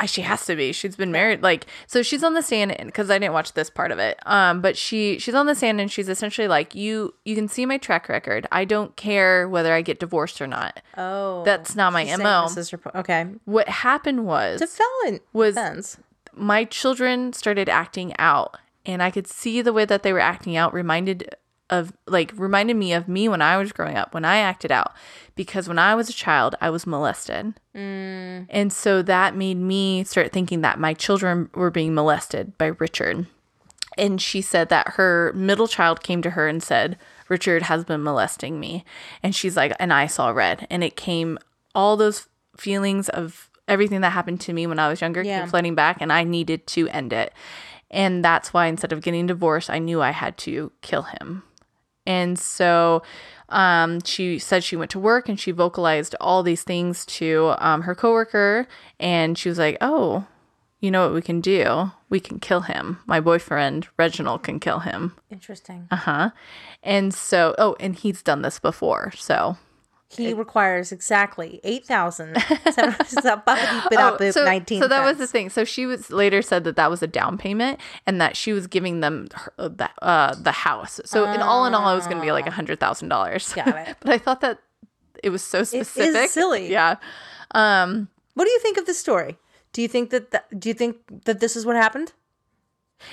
Speaker 1: I, she has to be. She's been married. Like, so she's on the stand because I didn't watch this part of it. Um, but she she's on the stand and she's essentially like, you you can see my track record. I don't care whether I get divorced or not.
Speaker 2: Oh,
Speaker 1: That's not my
Speaker 2: she's saying
Speaker 1: mo.
Speaker 2: This is her po- okay.
Speaker 1: What happened was
Speaker 2: It's a felon
Speaker 1: Was-
Speaker 2: offense.
Speaker 1: my children started acting out and i could see the way that they were acting out reminded of like reminded me of me when i was growing up when i acted out because when i was a child i was molested and so that made me start thinking that my children were being molested by richard and she said that her middle child came to her and said richard has been molesting me and she's like and i saw red and it came all those feelings of everything that happened to me when i was younger
Speaker 2: Yeah.
Speaker 1: came flooding back and i needed to end it and that's why instead of getting divorced i knew i had to kill him and so um, she said she went to work and she vocalized all these things to um, her coworker. And she was like, Oh, you know what we can do? We can kill him. My boyfriend, Reginald, can kill him.
Speaker 2: Interesting.
Speaker 1: Uh huh. And so, oh, and he's done this before. So,
Speaker 2: he requires exactly eight thousand. oh,
Speaker 1: Oh, so,
Speaker 2: nineteen.
Speaker 1: so that was the
Speaker 2: cents.
Speaker 1: thing. So she was later said that that was a down payment and that she was giving them her, uh, the, uh, the house. So, in all in all, it was going to be like a $100,0and.
Speaker 2: Ah. Got it.
Speaker 1: but I thought that it was so
Speaker 2: is
Speaker 1: specific.
Speaker 2: silly.
Speaker 1: Yeah. Um,
Speaker 2: What do you think of this story? Do you think that th- do you think that this is what happened?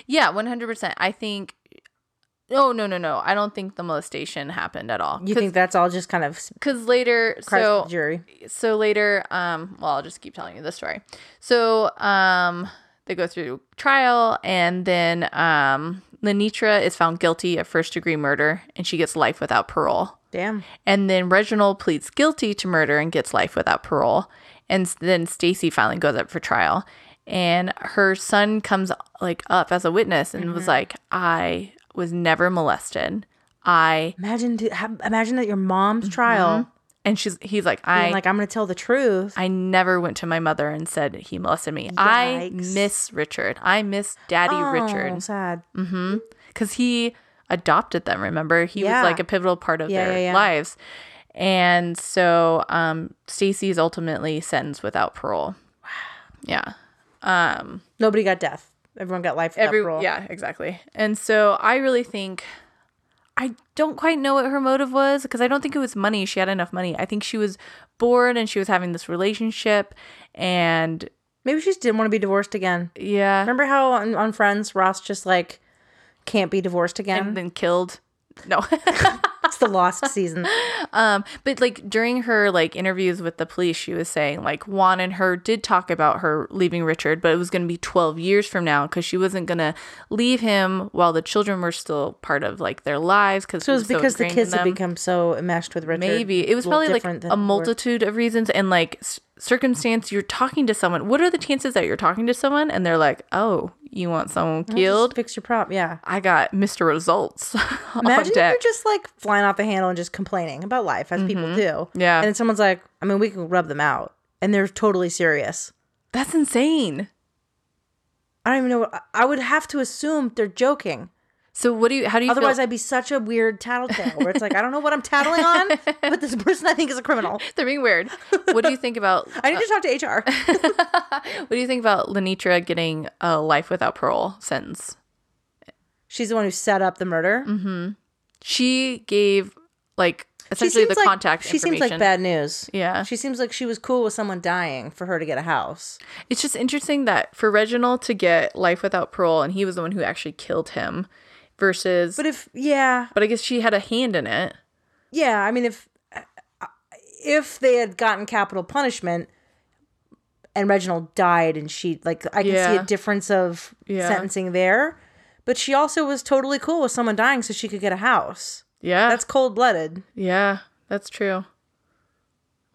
Speaker 1: Yeah, one hundred percent. I think. No, no, no, no. I don't think the molestation happened at all.
Speaker 2: You think that's all just kind of s-
Speaker 1: Because later,
Speaker 2: cries to
Speaker 1: so
Speaker 2: the jury?
Speaker 1: so later, um, well, I'll just keep telling you the story. So, um, they go through trial, and then um, Lenitra is found guilty of first degree murder, and she gets life without parole.
Speaker 2: Damn.
Speaker 1: And then Reginald pleads guilty to murder and gets life without parole. And s- then Stacy finally goes up for trial. And her son comes like up as a witness and was like, I was never molested. I
Speaker 2: Imagine to, ha- imagine that your mom's trial
Speaker 1: and she's he's like,
Speaker 2: being
Speaker 1: Mm-hmm. I
Speaker 2: like I'm going to tell the truth.
Speaker 1: I never went to my mother and said he molested me. I
Speaker 2: Yikes.
Speaker 1: miss Richard. I miss Daddy Richard. Mm.
Speaker 2: Oh, sad.
Speaker 1: because he adopted them. Remember, he
Speaker 2: Yeah.
Speaker 1: was like a pivotal part of
Speaker 2: Yeah,
Speaker 1: their
Speaker 2: yeah, yeah.
Speaker 1: lives. And so, um, Stacy is ultimately sentenced without parole. Wow. Yeah.
Speaker 2: Nobody got death. Everyone got life.
Speaker 1: Every
Speaker 2: Every,
Speaker 1: yeah, exactly. And so I really think I don't quite know what her motive was because I don't think it was money. She had enough money. I think she was bored and she was having this relationship and
Speaker 2: Maybe she just didn't want to be divorced again.
Speaker 1: yeah,
Speaker 2: Remember how on, on Friends, Ross just like can't be divorced again?
Speaker 1: and then killed. No.
Speaker 2: it's the lost season.
Speaker 1: Um, but like during her like interviews with the police, she was saying like Juan and her did talk about her leaving Richard, but it was going to be 12 years from now because she wasn't going to leave him while the children were still part of like their lives. Cause
Speaker 2: So it was because the kids had
Speaker 1: become
Speaker 2: become so enmeshed with Richard.
Speaker 1: maybe it was
Speaker 2: little
Speaker 1: probably like
Speaker 2: different than
Speaker 1: a
Speaker 2: we were.
Speaker 1: multitude of reasons and like s- circumstance. You're talking to someone. What are the chances that you're talking to someone and they're like, oh, you want someone
Speaker 2: Just
Speaker 1: killed?
Speaker 2: fix your prop. Yeah.
Speaker 1: I got Mr. Results on
Speaker 2: Imagine if
Speaker 1: deck. Mm-hmm.
Speaker 2: you're just like flying off the handle and just complaining about life as people do.
Speaker 1: Yeah.
Speaker 2: And then someone's like, I mean, we can rub them out. And they're totally serious.
Speaker 1: That's insane.
Speaker 2: I don't even know what I- I would have to assume they're joking.
Speaker 1: So what do you? How do you? feel-
Speaker 2: Otherwise, I'd be such a weird tattletale where it's like, I don't know what I'm tattling on, but this person I think is a criminal.
Speaker 1: They're being weird. What do you think about?
Speaker 2: I need to talk to HR.
Speaker 1: what do you think about Lenitra getting a life without parole sentence?
Speaker 2: She's the one who set up the murder.
Speaker 1: She gave like essentially the
Speaker 2: like,
Speaker 1: contact
Speaker 2: She seems
Speaker 1: information.
Speaker 2: like bad news.
Speaker 1: Yeah,
Speaker 2: She seems like she was cool with someone dying for her to get a house.
Speaker 1: it's just interesting that for Reginald to get life without parole, and he was the one who actually killed him, versus.
Speaker 2: But
Speaker 1: But,
Speaker 2: if, yeah,
Speaker 1: I guess she had a hand in it.
Speaker 2: Yeah, I mean, if if they had gotten capital punishment and Reginald died and she like, I can see
Speaker 1: Yeah.
Speaker 2: a difference of
Speaker 1: Yeah.
Speaker 2: sentencing there. But she also was totally cool with someone dying so she could get a house.
Speaker 1: Yeah,
Speaker 2: That's cold blooded.
Speaker 1: Yeah, that's true.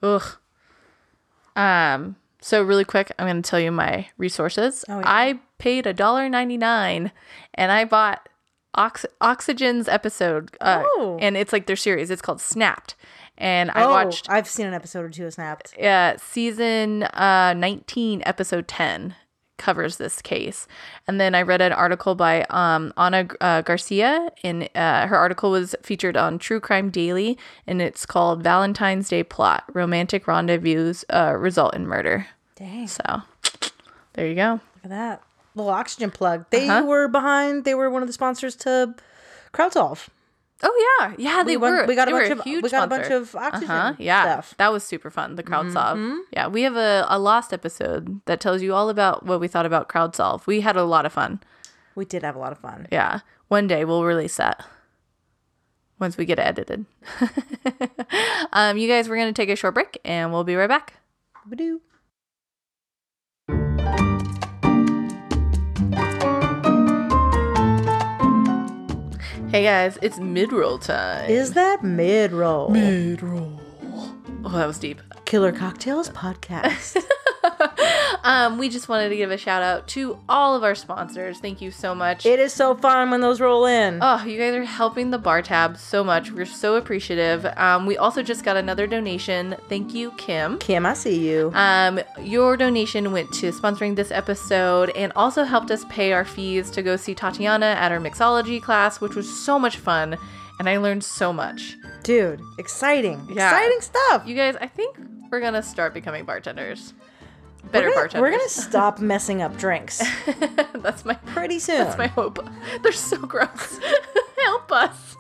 Speaker 1: Ugh. Um. So really quick, I'm going to tell you my resources.
Speaker 2: Oh, yeah.
Speaker 1: I paid a dollar ninety nine, and I bought Ox- Oxygen's episode. Uh,
Speaker 2: Oh.
Speaker 1: And it's like their series. It's called Snapped, and I
Speaker 2: Oh,
Speaker 1: watched
Speaker 2: I've seen an episode or two of Snapped.
Speaker 1: uh, season uh, 19, episode 10 covers this case. And then I read an article by um, Ana uh, Garcia, and uh, her article was featured on True Crime Daily, and it's called Valentine's Day Plot Romantic Rendezvous uh, Result in Murder.
Speaker 2: Dang, look
Speaker 1: So there you go.
Speaker 2: at that little oxygen plug. They
Speaker 1: Uh-huh.
Speaker 2: were behind. They were one of the sponsors to Crowdsolve.
Speaker 1: Oh, yeah. Yeah, they
Speaker 2: We, went-
Speaker 1: were.
Speaker 2: we got
Speaker 1: they
Speaker 2: a bunch
Speaker 1: were
Speaker 2: of
Speaker 1: huge
Speaker 2: we got a bunch
Speaker 1: sponsor.
Speaker 2: of oxygen
Speaker 1: Huh? Yeah, Mm-hmm.
Speaker 2: stuff.
Speaker 1: that was super fun. The crowd solve. Yeah, we have a, a lost episode that tells you all about what we thought about crowd solve. We had a lot of fun.
Speaker 2: We did have a lot of fun.
Speaker 1: Yeah. One day we'll release that once we get it edited. um, you guys, we're going to take a short break and we'll be right back.
Speaker 2: Ba-doo.
Speaker 1: Hey guys, it's mid roll time.
Speaker 2: Is that mid roll?
Speaker 1: oh, that was deep.
Speaker 2: Killer Cocktails podcast.
Speaker 1: Um, we just wanted to give a shout out to all of our sponsors. Thank you so much.
Speaker 2: it is so fun when those roll in.
Speaker 1: Oh, you guys are helping the bar tab so much. We're so appreciative. Um, we also just got another donation. Thank you, Kim.
Speaker 2: Kim, I see you.
Speaker 1: Um, your donation went to sponsoring this episode and also helped us pay our fees to go see Tatiana at our mixology class, which was so much fun. And I learned so much.
Speaker 2: Dude, exciting.
Speaker 1: Yeah.
Speaker 2: Exciting stuff.
Speaker 1: You guys, I think we're gonna start becoming bartenders. Better
Speaker 2: we're gonna,
Speaker 1: bartenders.
Speaker 2: We're going to stop messing up drinks
Speaker 1: that's my
Speaker 2: pretty soon.
Speaker 1: that's my hope. They're so gross. Help us.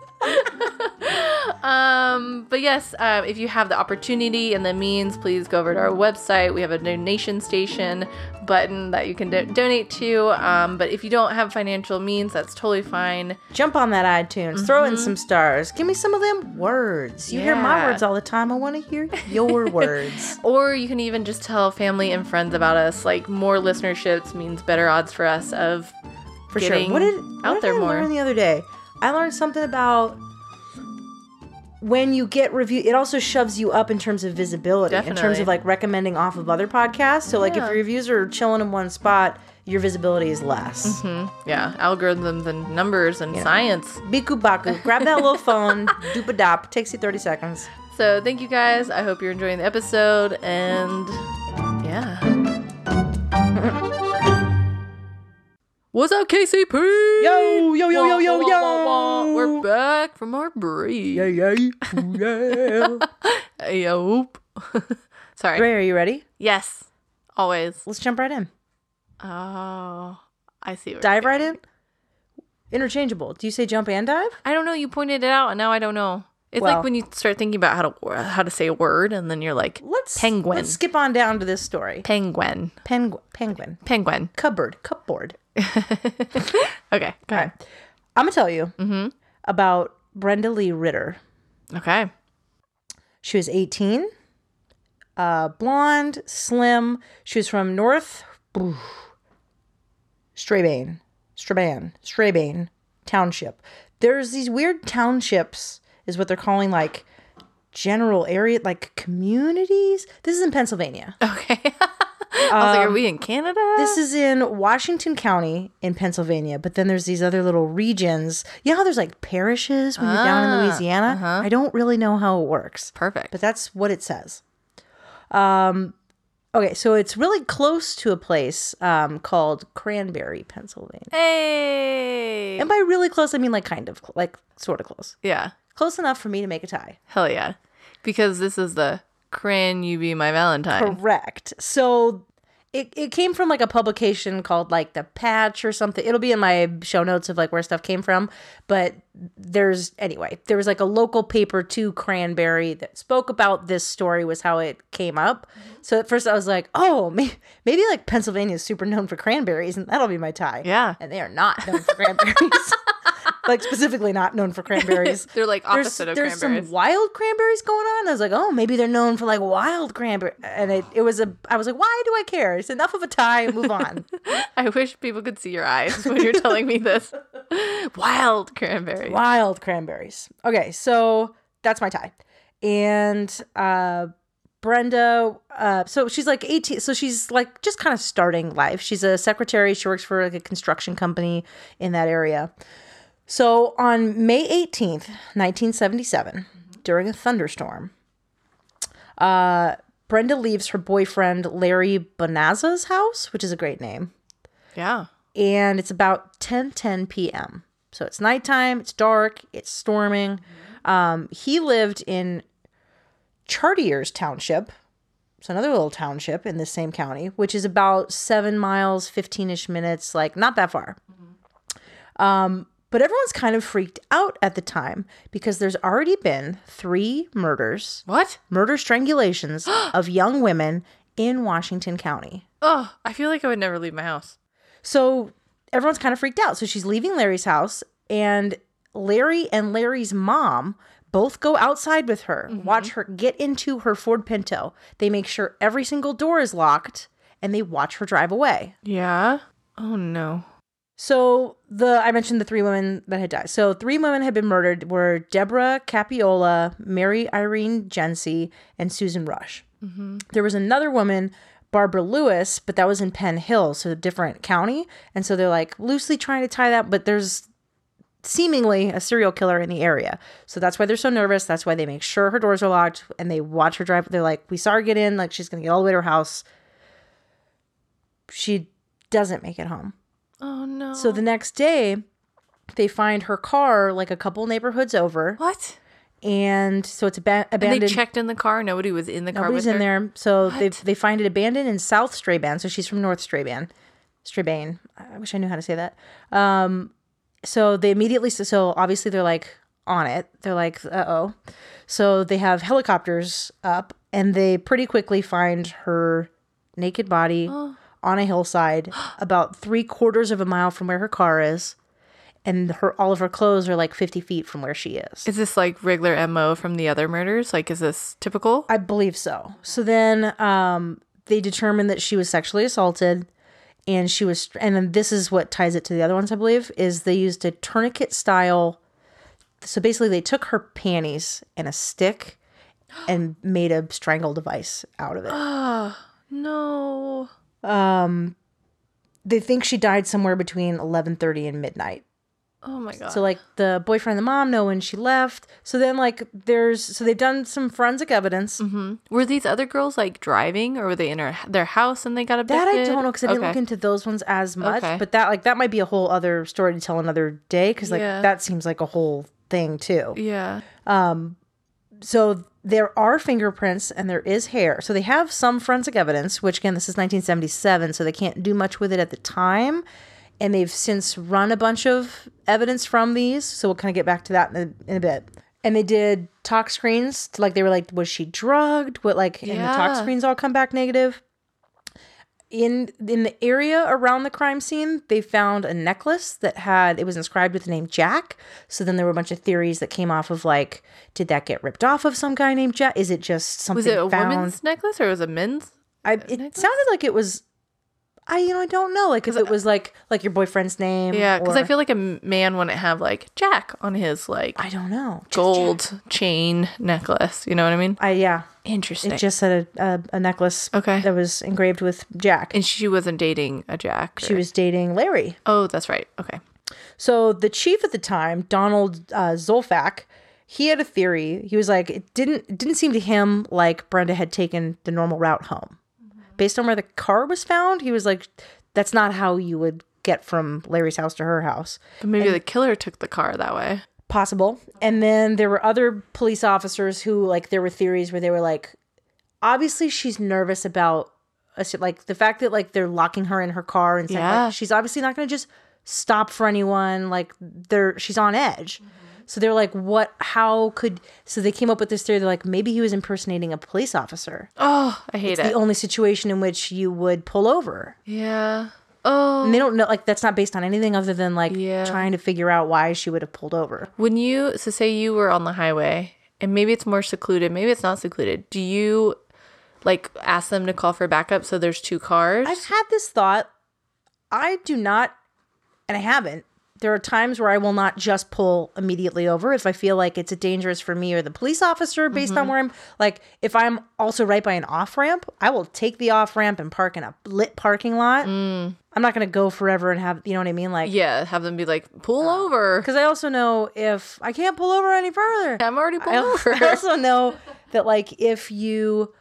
Speaker 1: um, but yes, um, if you have the opportunity and the means, please go over to our website. We have a donation station button that you can do- donate to. Um, but if you don't have financial means, that's totally fine.
Speaker 2: Jump on that iTunes. Throw in some stars. Give me some of them words. You hear my
Speaker 1: Mm-hmm. Yeah.
Speaker 2: words all the time. I want to hear your words.
Speaker 1: Or you can even just tell family and friends about us. Like more listenerships means better odds for us of
Speaker 2: For
Speaker 1: getting
Speaker 2: sure. What did,
Speaker 1: out
Speaker 2: what did
Speaker 1: there
Speaker 2: I
Speaker 1: more.
Speaker 2: learn the other day? I learned something about when you get review it also shoves you up in terms of visibility in terms
Speaker 1: Definitely.
Speaker 2: of like recommending off of other podcasts so like if
Speaker 1: Yeah.
Speaker 2: your reviews are chilling in one spot your visibility is less
Speaker 1: mm, yeah algorithms and numbers and science.
Speaker 2: biku baku grab that little phone doop a dop takes you 30 seconds
Speaker 1: So thank you guys. I hope you're enjoying the episode and yeah. What's up, KCP?
Speaker 2: yo yo yo yo yo
Speaker 1: Wah, wah, wah, wah.
Speaker 2: yo
Speaker 1: We're back from our break.
Speaker 2: Yay, yay, yeah.
Speaker 1: Hey, yo. Sorry.
Speaker 2: Ray, are you ready?
Speaker 1: Yes. Always.
Speaker 2: Let's jump right in.
Speaker 1: Oh, I see. where
Speaker 2: Dive
Speaker 1: you're
Speaker 2: right
Speaker 1: going.
Speaker 2: in. Interchangeable. Do you say jump and dive?
Speaker 1: I don't know. You pointed it out, and now I don't know. It's
Speaker 2: Well-
Speaker 1: like when you start thinking about how to wor- how to say a word, and then you're like
Speaker 2: Let's
Speaker 1: Penguin.
Speaker 2: Let's skip on down to this story.
Speaker 1: penguin,
Speaker 2: Penguin. Penguin.
Speaker 1: penguin.
Speaker 2: Cupboard. Cupboard.
Speaker 1: Okay, go ahead.
Speaker 2: I'm gonna tell you about Brenda Lee Ritter.
Speaker 1: Okay,
Speaker 2: She was 18, uh, blonde, slim. She was from North oof, Strabane, Strabane, Strabane Township. There's these weird townships, is what they're calling like general area, like communities. This is in Pennsylvania.
Speaker 1: okay. I was like, are we in Canada?
Speaker 2: Um, This is in Washington County in Pennsylvania, but then there's these other little regions. You know how there's like parishes when you're down in Louisiana? I don't really know how it works.
Speaker 1: Perfect.
Speaker 2: But that's what it says. Um, okay, so it's really close to a place um, called Cranberry, Pennsylvania.
Speaker 1: hey,
Speaker 2: And by really close, I mean like kind of, cl- like sort of close.
Speaker 1: yeah,
Speaker 2: Close enough for me to make a tie.
Speaker 1: hell yeah, because this is the can you be my Valentine?
Speaker 2: Correct. So it, it came from like a publication called like The Patch or something. It'll be in my show notes of like where stuff came from. But there's anyway, there was like a local paper to Cranberry that spoke about this story was how it came up. So at first I was like, oh, may- maybe like Pennsylvania is super known for cranberries and that'll be my tie.
Speaker 1: Yeah.
Speaker 2: And they are not known for cranberries. like specifically not known for cranberries
Speaker 1: They're like
Speaker 2: there's-
Speaker 1: opposite of
Speaker 2: there's
Speaker 1: cranberries.
Speaker 2: some wild cranberries going on. I was like, oh, maybe they're known for like wild cranberry. And it, it was a, I was like, why do I care? It's enough of a tie. Move on.
Speaker 1: I wish people could see your eyes when you're telling me this. Wild cranberry.
Speaker 2: wild cranberries. Okay, so that's my tie. And uh, Brenda, uh, so she's like 18. So she's like just kind of starting life. She's a secretary. She works for like a construction company in that area. So on May 18th, 1977, during a thunderstorm, uh, Brenda leaves her boyfriend Larry Bonazza's house, which is a great name
Speaker 1: Yeah.
Speaker 2: and it's about 10 10 p.m so it's nighttime it's dark it's storming um, he lived in chartiers township it's another little township in the same county which is about seven miles 15ish minutes like not that far um, but everyone's kind of freaked out at the time because there's already been three murders
Speaker 1: What?
Speaker 2: murder strangulations of young women in washington county
Speaker 1: Oh, I feel like I would never leave my house.
Speaker 2: so everyone's kind of freaked out. So she's leaving Larry's house, and Larry and Larry's mom both go outside with her, watch her get into her Ford Pinto. They make sure every single door is locked and they watch her drive away.
Speaker 1: Yeah. Oh no.
Speaker 2: So the I mentioned the three women that had died. So three women had been murdered were Deborah Capiola, Mary Irene Jensey, and Susan Rush. There was another woman, Barbara Lewis, but that was in Penn Hill, so a different county. And so they're like loosely trying to tie that, but there's seemingly a serial killer in the area. So that's why they're so nervous. That's why they make sure her doors are locked and they watch her drive. They're like, we saw her get in, like she's gonna get all the way to her house. She doesn't make it home.
Speaker 1: Oh no.
Speaker 2: So the next day, they find her car like a couple neighborhoods over,
Speaker 1: what?
Speaker 2: and so it's aban-
Speaker 1: And
Speaker 2: abandoned.
Speaker 1: they checked in the car. Nobody was in the car.
Speaker 2: Nobody's
Speaker 1: with
Speaker 2: in
Speaker 1: her?
Speaker 2: there, so they they find it abandoned in South Strabane. So she's from North Strabane, Strabane. I wish I knew how to say that. Um, so they immediately so obviously they're like on it. They're like, uh oh. So they have helicopters up, and they pretty quickly find her naked body on a hillside, about three quarters of a mile from where her car is, and her all of her clothes are like fifty feet from where she is.
Speaker 1: Is this like regular MO from the other murders? Like, is this typical?
Speaker 2: I believe so. So then um, they determined that she was sexually assaulted and she was and then this is what ties it to the other ones I believe is they used a tourniquet style so basically they took her panties and a stick and made a strangle device out of it.
Speaker 1: no.
Speaker 2: They think she died somewhere between 11:30 and midnight.
Speaker 1: Oh my god.
Speaker 2: So like the boyfriend and the mom know when she left. So then like there's so they've done some forensic evidence.
Speaker 1: Mm-hmm. were these other girls like driving, or were they in her, their house and they got abducted?
Speaker 2: That I don't know because I didn't
Speaker 1: Okay.
Speaker 2: look into those ones as much.
Speaker 1: Okay.
Speaker 2: But that like that might be a whole other story to tell another day because like
Speaker 1: Yeah.
Speaker 2: that seems like a whole thing too.
Speaker 1: Yeah.
Speaker 2: Um, So there are fingerprints and there is hair. So they have some forensic evidence, which again, this is 1977, so they can't do much with it at the time. And they've since run a bunch of evidence from these. So we'll kind of get back to that in a, in a bit. And they did talk screens. Like they were like, was she drugged? What like? And the talk
Speaker 1: Yeah.
Speaker 2: screens all come back negative. In in the area around the crime scene, they found a necklace that had it was inscribed with the name Jack. So then there were a bunch of theories that came off of like, did that get ripped off of some guy named Jack? Is it just something
Speaker 1: Was it a
Speaker 2: found?
Speaker 1: woman's necklace or was it men's?
Speaker 2: I, it
Speaker 1: necklace?
Speaker 2: sounded like it was. I you know I don't know like if it was like like your boyfriend's name.
Speaker 1: Yeah, because I
Speaker 2: Mm, or-
Speaker 1: feel like a m- man wouldn't have like Jack on his like
Speaker 2: I don't know Just
Speaker 1: gold
Speaker 2: Jack.
Speaker 1: chain necklace. You know what I mean?
Speaker 2: I yeah,
Speaker 1: Interesting.
Speaker 2: it just had a, a, a necklace
Speaker 1: Okay.
Speaker 2: that was engraved with Jack.
Speaker 1: and she wasn't dating a Jack.
Speaker 2: She
Speaker 1: or-
Speaker 2: was dating Larry.
Speaker 1: Oh, that's right. Okay.
Speaker 2: So the chief at the time, Donald uh, Zolfak, he had a theory. He was like, it didn't it didn't seem to him like Brenda had taken the normal route home, based on where the car was found. He was like, that's not how you would get from Larry's house to her house.
Speaker 1: But maybe the killer took the car that way.
Speaker 2: possible. And then there were other police officers who like there were theories where they were like, obviously she's nervous about us like the fact that like they're locking her in her car and saying like,
Speaker 1: Yeah.
Speaker 2: she's obviously not going to just stop for anyone. Like they're she's on edge. So they're like, what? How could? So they came up with this theory. They're like, maybe he was impersonating a police officer.
Speaker 1: Oh, I hate
Speaker 2: The
Speaker 1: it.
Speaker 2: only situation in which you would pull over.
Speaker 1: yeah.
Speaker 2: And
Speaker 1: Oh.
Speaker 2: they don't know. Like that's not based on anything other than like
Speaker 1: Yeah.
Speaker 2: trying to figure out why she would have pulled over.
Speaker 1: When you so say you were on the highway and maybe it's more secluded, maybe it's not secluded. Do you like ask them to call for backup so there's two cars?
Speaker 2: I've had this thought. I do not, and I haven't. There are times where I will not just pull immediately over if I feel like it's dangerous for me or the police officer based on where I'm. Like, if I'm also right by an off ramp, I will take the off ramp and park in a lit parking lot. I'm not going to go forever and have, you know what I mean? Like,
Speaker 1: yeah, have them be like, pull
Speaker 2: Uh,
Speaker 1: over.
Speaker 2: because I also know if I can't pull over any further.
Speaker 1: I'm already pulled
Speaker 2: I also, I
Speaker 1: over.
Speaker 2: also know that like if you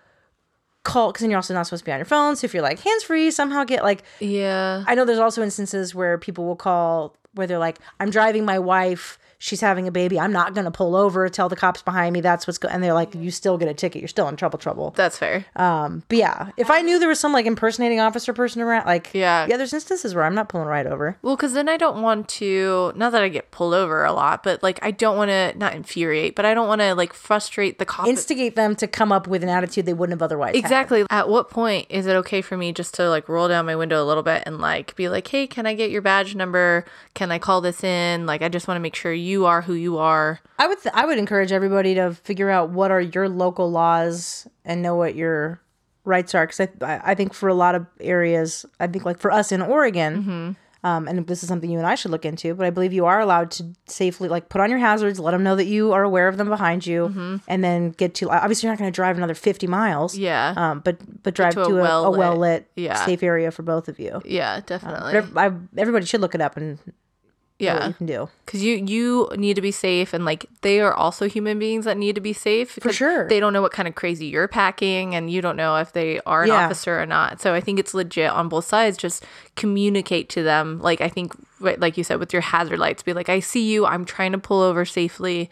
Speaker 2: call, because then you're also not supposed to be on your phone. So if you're like hands free, somehow get like
Speaker 1: yeah.
Speaker 2: I know there's also instances where people will call where they're like, "I'm driving my wife. She's having a baby. I'm not gonna pull over. Tell the cops behind me that's what's going." And they're like, "You still get a ticket. You're still in trouble. Trouble."
Speaker 1: That's fair.
Speaker 2: Um, but yeah, if I knew there was some like impersonating officer person around, like
Speaker 1: Yeah.
Speaker 2: yeah, there's instances where I'm not pulling right over.
Speaker 1: Well, because then I don't want to, not that I get pulled over a lot, but like I don't want to, not infuriate, but I don't want to like frustrate the cop.
Speaker 2: Instigate them to come up with an attitude they wouldn't have otherwise. had.
Speaker 1: exactly. At what point is it okay for me just to like roll down my window a little bit and like be like, hey, can I get your badge number? Can I call this in? Like, I just want to make sure you are who you are.
Speaker 2: I would th- I would encourage everybody to figure out what are your local laws and know what your rights are because I, I I think for a lot of areas I think like for us in Oregon.
Speaker 1: Mm-hmm.
Speaker 2: Um, and this is something you and I should look into, but I believe you are allowed to safely like put on your hazards, let them know that you are aware of them behind you, and then get to. Obviously, you're not going to drive another 50 miles,
Speaker 1: Mm-hmm. Yeah.
Speaker 2: Um, but but drive
Speaker 1: to
Speaker 2: to,
Speaker 1: a
Speaker 2: a, well
Speaker 1: well-lit-
Speaker 2: a well lit,
Speaker 1: yeah.
Speaker 2: safe area for both of you.
Speaker 1: yeah, definitely.
Speaker 2: But I, everybody should look it up and know what
Speaker 1: yeah.
Speaker 2: you can do.
Speaker 1: Cause you you need to be safe, and like they are also human beings that need to be safe. because
Speaker 2: sure.
Speaker 1: they don't know what kind of crazy you're packing, and you don't know if they are an
Speaker 2: Yeah.
Speaker 1: officer or not. So I think it's legit on both sides. Just communicate to them, like I think, right, like you said, with your hazard lights, be like, "I see you. I'm trying to pull over safely."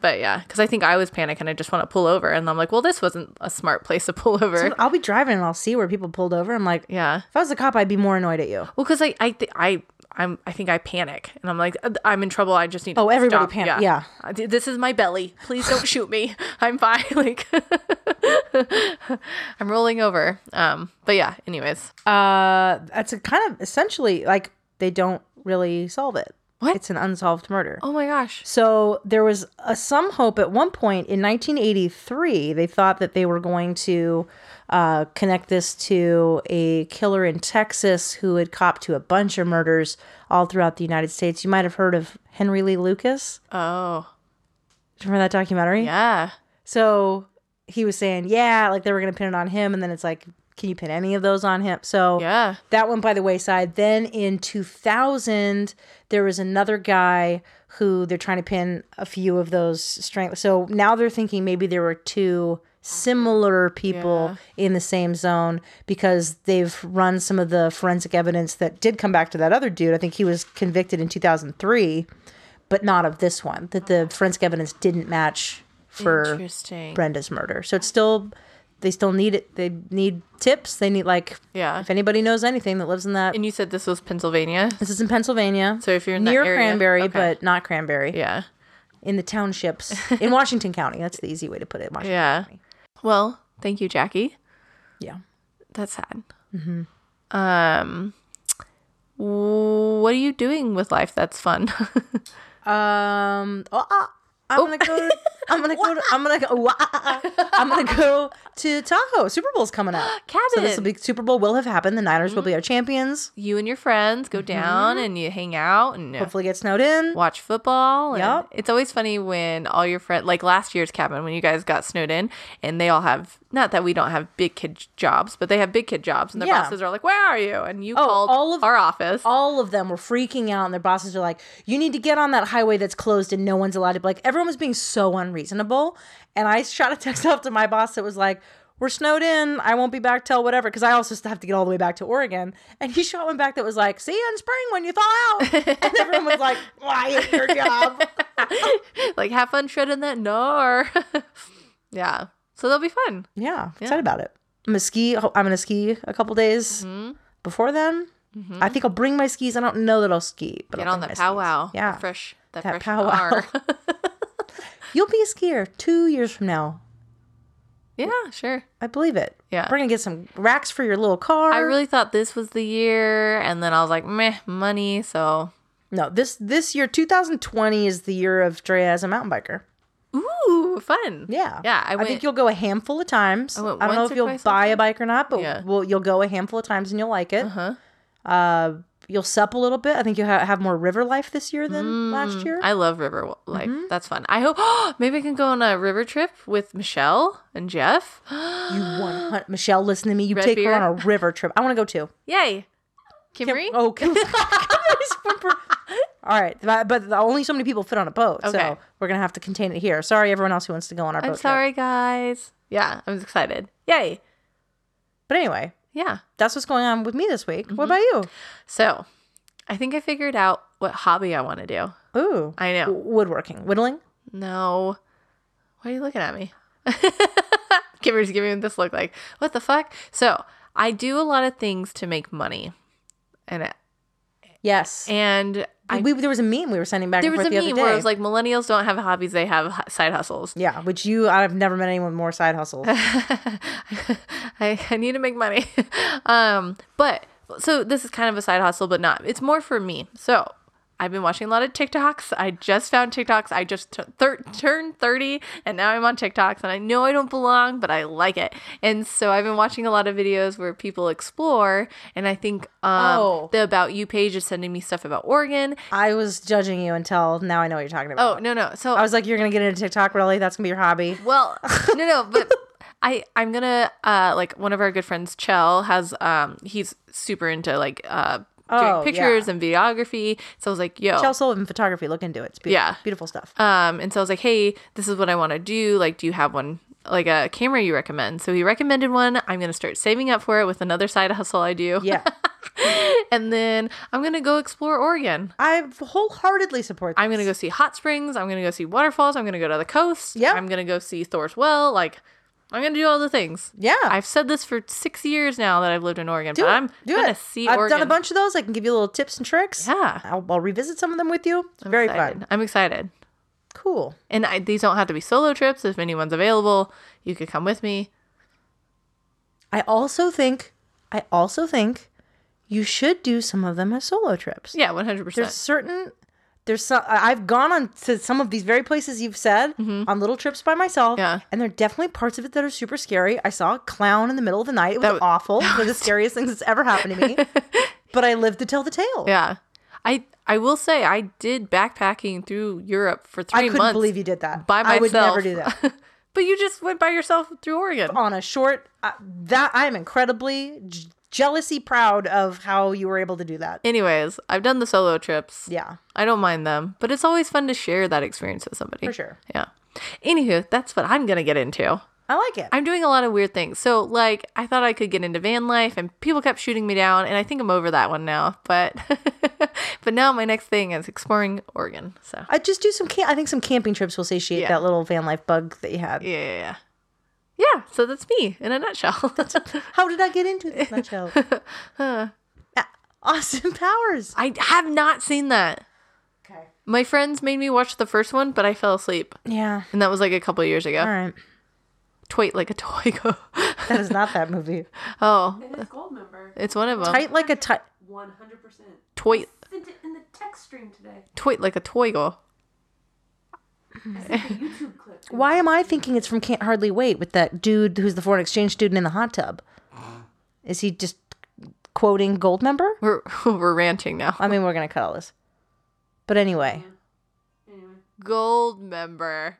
Speaker 1: But yeah, because I think I was panicking. I just want to pull over, and I'm like, "Well, this wasn't a smart place to pull over."
Speaker 2: I'll be driving and I'll see where people pulled over. I'm like,
Speaker 1: yeah.
Speaker 2: If I was a cop, I'd be more annoyed at you.
Speaker 1: Well, because I I th- I I'm I think I panic and I'm like I'm in trouble. I just need.
Speaker 2: Oh,
Speaker 1: to
Speaker 2: everybody
Speaker 1: stop.
Speaker 2: panic- yeah.
Speaker 1: I did- Uh, This is my belly. Please don't shoot me. I'm fine. Like I'm rolling over. Um, but yeah. Anyways,
Speaker 2: Uh, that's a kind of essentially like they don't really solve it.
Speaker 1: What?
Speaker 2: It's an unsolved murder.
Speaker 1: oh my gosh.
Speaker 2: So there was a, some hope at one point in 1983. They thought that they were going to uh, connect this to a killer in Texas who had copped to a bunch of murders all throughout the United States. You might have heard of Henry Lee Lucas.
Speaker 1: Oh
Speaker 2: Remember that documentary?
Speaker 1: yeah.
Speaker 2: So he was saying, yeah, like they were going to pin it on him. And then it's like, can you pin any of those on him? So
Speaker 1: Yeah.
Speaker 2: that went by the wayside. Then in 2000, there was another guy who they're trying to pin a few of those strength. So now they're thinking maybe there were two similar people in the same zone because they've run some of the forensic evidence that did come back to that other dude. I think he was convicted in 2003, but not of this one, that the forensic evidence didn't match for
Speaker 1: Interesting.
Speaker 2: Brenda's murder. So it's still they still need it. They need tips. They need like
Speaker 1: Yeah.
Speaker 2: if anybody knows anything that lives in that.
Speaker 1: And you said this was Pennsylvania.
Speaker 2: this is in Pennsylvania.
Speaker 1: So if you're in that
Speaker 2: near
Speaker 1: area-
Speaker 2: Cranberry,
Speaker 1: okay.
Speaker 2: but not Cranberry,
Speaker 1: Yeah.
Speaker 2: in the townships in Washington County. That's the easy way to put it. Washington
Speaker 1: Yeah.
Speaker 2: County.
Speaker 1: Well, thank you, Jackie.
Speaker 2: Yeah.
Speaker 1: That's sad. Um, what are you doing with life that's fun?
Speaker 2: Um. Oh, ah, I'm gonna go. To, I'm gonna go. To, I'm gonna go. wah, ah, ah. I'm gonna go to Tahoe. Super Bowl's coming up. So this will
Speaker 1: Cabin.
Speaker 2: be Super Bowl will have happened. The Niners
Speaker 1: Mm-hmm.
Speaker 2: will be our champions.
Speaker 1: you and your friends go down and you hang out and uh,
Speaker 2: Hopefully, get snowed in.
Speaker 1: watch football. and
Speaker 2: Yup.
Speaker 1: It's always funny when all your friends, like last year's cabin, when you guys got snowed in and they all have, not that we don't have big kid j- jobs, but they have big kid jobs and their
Speaker 2: Yeah.
Speaker 1: bosses are like, where are you? And you
Speaker 2: Oh,
Speaker 1: called
Speaker 2: all of-
Speaker 1: our office.
Speaker 2: All of them were freaking out, and their bosses are like, "You need to get on that highway that's closed and no one's allowed to." Like everyone was being so unreasonable, and I shot a text off to my boss that was like. We're snowed in. I won't be back till whatever because I also have to get all the way back to Oregon. And he shot one back that was like, "See you in spring when you thaw out." And everyone was like, "Why is your job?"
Speaker 1: like, have fun shredding that gnar. yeah. So they'll be fun.
Speaker 2: Yeah, excited about it. I'm gonna ski. I'm gonna ski a couple days
Speaker 1: Mm-hmm.
Speaker 2: before then. I think I'll bring my skis. I don't know that I'll ski, but
Speaker 1: Get
Speaker 2: I'll
Speaker 1: on
Speaker 2: bring
Speaker 1: that
Speaker 2: my skis.
Speaker 1: powwow.
Speaker 2: Yeah,
Speaker 1: That fresh, that,
Speaker 2: That
Speaker 1: fresh
Speaker 2: powwow.
Speaker 1: gnar.
Speaker 2: you'll be a skier two years from now.
Speaker 1: yeah, sure.
Speaker 2: I believe it.
Speaker 1: Yeah.
Speaker 2: we're gonna get some racks for your little car.
Speaker 1: I really thought this was the year, and then I was like, meh, money. So,
Speaker 2: no this this year 2020 is the year of Drea as a mountain biker.
Speaker 1: ooh, fun.
Speaker 2: Yeah,
Speaker 1: Yeah, I
Speaker 2: I,
Speaker 1: went.
Speaker 2: think you'll go a handful of times. I,
Speaker 1: went
Speaker 2: don't know
Speaker 1: once
Speaker 2: if
Speaker 1: or
Speaker 2: you'll
Speaker 1: twice
Speaker 2: buy
Speaker 1: last
Speaker 2: a bike or not, but
Speaker 1: Yeah.
Speaker 2: we'll, you'll go a handful of times and you'll like it.
Speaker 1: Uh-huh.
Speaker 2: Uh, you'll sup a little bit. I think you'll ha- have more river life this year than
Speaker 1: Mm,
Speaker 2: last year.
Speaker 1: I love river wa- life.
Speaker 2: Mm-hmm.
Speaker 1: That's fun. I hope maybe I can go on a river trip with Michelle and Jeff.
Speaker 2: You one hundred Michelle, listen to me. You
Speaker 1: Red
Speaker 2: take
Speaker 1: beer?
Speaker 2: her on a river trip. I want to go too.
Speaker 1: Yay. Kimmery?
Speaker 2: Oh, Kim- Kimmery's from Per- all right, but, but only so many people fit on a boat,
Speaker 1: Okay.
Speaker 2: so we're gonna have to contain it here. Sorry, everyone else who wants to go on our
Speaker 1: I'm
Speaker 2: boat trip.
Speaker 1: sorry, guys. Yeah, I was excited. Yay.
Speaker 2: But anyway,
Speaker 1: Yeah.
Speaker 2: that's what's going on with me this week. What about
Speaker 1: Mm-hmm.
Speaker 2: you?
Speaker 1: So I think I figured out what hobby I want to do.
Speaker 2: Ooh,
Speaker 1: I know.
Speaker 2: W- woodworking, whittling.
Speaker 1: No. Why are you looking at me? Kimberly's giving me this look like, what the fuck? So I do a lot of things to make money. And
Speaker 2: Yes,
Speaker 1: and I
Speaker 2: we, there was a meme we were sending back
Speaker 1: there
Speaker 2: and
Speaker 1: was
Speaker 2: forth
Speaker 1: a
Speaker 2: the other
Speaker 1: meme
Speaker 2: day.
Speaker 1: where it was like millennials don't have hobbies, they have hu- side hustles.
Speaker 2: yeah, which you, I've never met anyone more side hustles.
Speaker 1: I, I need to make money. um, but so this is kind of a side hustle, but not. It's more for me. So I've been watching a lot of TikToks. I just found TikToks. I just t- thir- turned 30 and now I'm on TikToks and I know I don't belong, but I like it. And so I've been watching a lot of videos where people explore. And I think um,
Speaker 2: Oh.
Speaker 1: the About You page is sending me stuff about Oregon.
Speaker 2: I was judging you until now. I know what you're talking about.
Speaker 1: Oh, no, no. So
Speaker 2: I was like, you're gonna get into TikTok, really? That's gonna be your hobby.
Speaker 1: Well, no, no, but I I'm gonna uh like one of our good friends, Chell, has um he's super into like uh doing
Speaker 2: Oh,
Speaker 1: pictures and videography. So I was like, yo,
Speaker 2: Michelle Sullivan photography. Look into it. It's beautiful,
Speaker 1: Yeah.
Speaker 2: beautiful stuff.
Speaker 1: um, and so I was like, hey, this is what I want to do. Like, do you have one? Like a camera you recommend. So he recommended one. I'm gonna start saving up for it with another side hustle I do.
Speaker 2: Yeah,
Speaker 1: and then I'm gonna go explore Oregon.
Speaker 2: I wholeheartedly support. This.
Speaker 1: I'm gonna go see hot springs. I'm gonna go see waterfalls. I'm gonna go to the coast.
Speaker 2: Yeah.
Speaker 1: I'm gonna go see Thor's Well. Like, I'm gonna do all the things.
Speaker 2: Yeah,
Speaker 1: I've said this for six years now that I've lived in Oregon,
Speaker 2: do
Speaker 1: but
Speaker 2: it.
Speaker 1: I'm
Speaker 2: do
Speaker 1: gonna
Speaker 2: it.
Speaker 1: see
Speaker 2: I've
Speaker 1: Oregon.
Speaker 2: done a bunch of those. I can give you little tips and tricks.
Speaker 1: Yeah.
Speaker 2: I'll, I'll revisit some of them with you. It's
Speaker 1: I'm
Speaker 2: Very
Speaker 1: excited.
Speaker 2: fun.
Speaker 1: I'm excited.
Speaker 2: Cool.
Speaker 1: And I, these don't have to be solo trips. If anyone's available, you could come with me.
Speaker 2: I also think, I also think, you should do some of them as solo trips.
Speaker 1: Yeah, 100%.
Speaker 2: There's certain. There's some. I- I've gone on to some of these very places you've said on little trips by myself.
Speaker 1: Mm-hmm. Yeah.
Speaker 2: And there are definitely parts of it that are super scary. I saw a clown in the middle of the night. It was
Speaker 1: That w-
Speaker 2: awful. One of the scariest things that's ever happened to me. but I lived to tell the tale.
Speaker 1: yeah. I I will say I did backpacking through Europe for three
Speaker 2: I couldn't
Speaker 1: months
Speaker 2: believe you did that.
Speaker 1: by myself.
Speaker 2: I would never do that.
Speaker 1: but you just went by yourself through Oregon.
Speaker 2: On a short, uh, that I am incredibly j- jealousy proud of how you were able to do that.
Speaker 1: Anyways, I've done the solo trips.
Speaker 2: Yeah,
Speaker 1: I don't mind them, but it's always fun to share that experience with somebody.
Speaker 2: for sure.
Speaker 1: Yeah. Anywho, that's what I'm gonna get into.
Speaker 2: I like it.
Speaker 1: I'm doing a lot of weird things. So, like, I thought I could get into van life, and people kept shooting me down, and I think I'm over that one now. But, but now my next thing is exploring Oregon. So,
Speaker 2: I just do some. Cam- I think some camping trips will satiate
Speaker 1: Yeah.
Speaker 2: that little van life bug that you had.
Speaker 1: yeah, yeah, yeah. Yeah, so that's me in a nutshell.
Speaker 2: How did I get into this nutshell? Ah, Austin Powers.
Speaker 1: I have not seen that.
Speaker 2: Okay.
Speaker 1: My friends made me watch the first one, but I fell asleep.
Speaker 2: Yeah.
Speaker 1: And that was like a couple years ago.
Speaker 2: All right.
Speaker 1: Twait like a toy. go.
Speaker 2: That is not that movie.
Speaker 1: oh,
Speaker 3: It is gold member.
Speaker 1: it's one of them.
Speaker 2: Tight like a tight.
Speaker 3: 100%.
Speaker 1: Toy,
Speaker 3: Sent it in the text stream today.
Speaker 1: toy like a toy. go.
Speaker 3: The YouTube clip.
Speaker 2: Why am I thinking it's from Can't Hardly Wait with that dude who's the foreign exchange student in the hot tub? Is he just quoting Goldmember?
Speaker 1: We're we're ranting now.
Speaker 2: I mean, we're gonna cut all this. But anyway,
Speaker 3: Anyway.
Speaker 1: Gold member.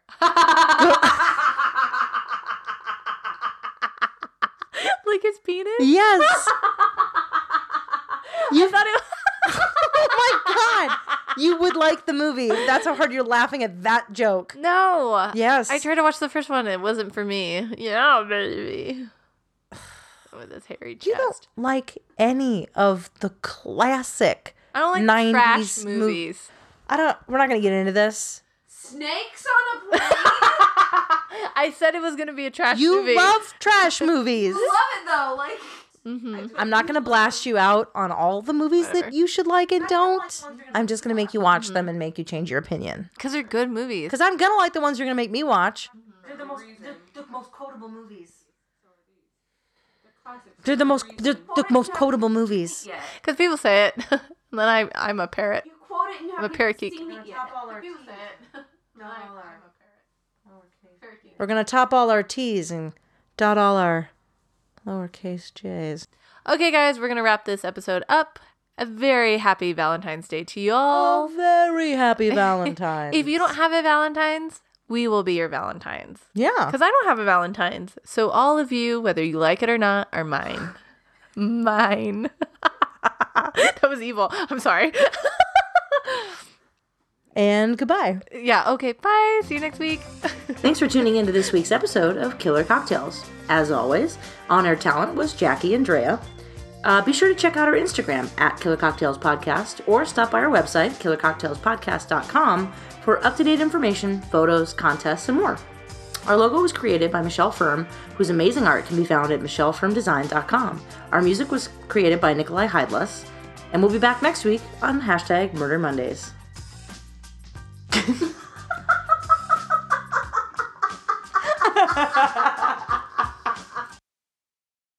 Speaker 1: like his penis?
Speaker 2: yes.
Speaker 1: You thought it
Speaker 2: oh my god, you would like the movie. That's how hard you're laughing at that joke.
Speaker 1: No.
Speaker 2: Yes.
Speaker 1: I tried to watch the first one. It wasn't for me. Yeah, baby. With his hairy chest.
Speaker 2: You don't like any of the classic.
Speaker 1: I don't like
Speaker 2: 90s
Speaker 1: trash
Speaker 2: mov-
Speaker 1: movies.
Speaker 2: I don't. We're not gonna get into this.
Speaker 3: Snakes on a plane?
Speaker 1: I said it was gonna be a trash
Speaker 2: You
Speaker 1: movie.
Speaker 2: love trash movies.
Speaker 3: Love it though. Like,
Speaker 2: I'm not gonna blast you out on all the movies that you should like and don't. I'm just gonna make you watch Mm-hmm. them and make you change your opinion.
Speaker 1: because they're good movies.
Speaker 2: Because I'm gonna like the ones you're gonna make me watch.
Speaker 3: they're the most, they're the most quotable movies.
Speaker 2: They're the most they're the most quotable movies.
Speaker 3: Yeah.
Speaker 1: Because people say it, and then I I'm a parrot.
Speaker 3: You quote it and you haven't
Speaker 1: parakeet.
Speaker 3: seen it yet. People say
Speaker 1: it.
Speaker 3: No, I'm a parrot.
Speaker 2: We're gonna top all our T's and dot all our lowercase J's.
Speaker 1: Okay, guys, we're gonna wrap this episode up. A very happy Valentine's Day to you all.
Speaker 2: Oh, very happy Valentine.
Speaker 1: If you don't have a Valentine's, we will be your Valentine's.
Speaker 2: yeah,
Speaker 1: Because I don't have a Valentine's. So all of you, whether you like it or not, are mine. mine. that was evil. I'm sorry.
Speaker 2: and goodbye.
Speaker 1: yeah, okay, bye. See you next week.
Speaker 2: Thanks for tuning into this week's episode of Killer Cocktails. As always, on air talent was Jackie Andrea. Uh, be sure to check out our Instagram at Killer Cocktails Podcast or stop by our website, killercocktailspodcast.com, for up to date information, photos, contests, and more. Our logo was created by Michelle Firm, whose amazing art can be found at michellefirmdesign.com. Our music was created by Nikolai Heidless, and we'll be back next week on hashtag Murder Mondays.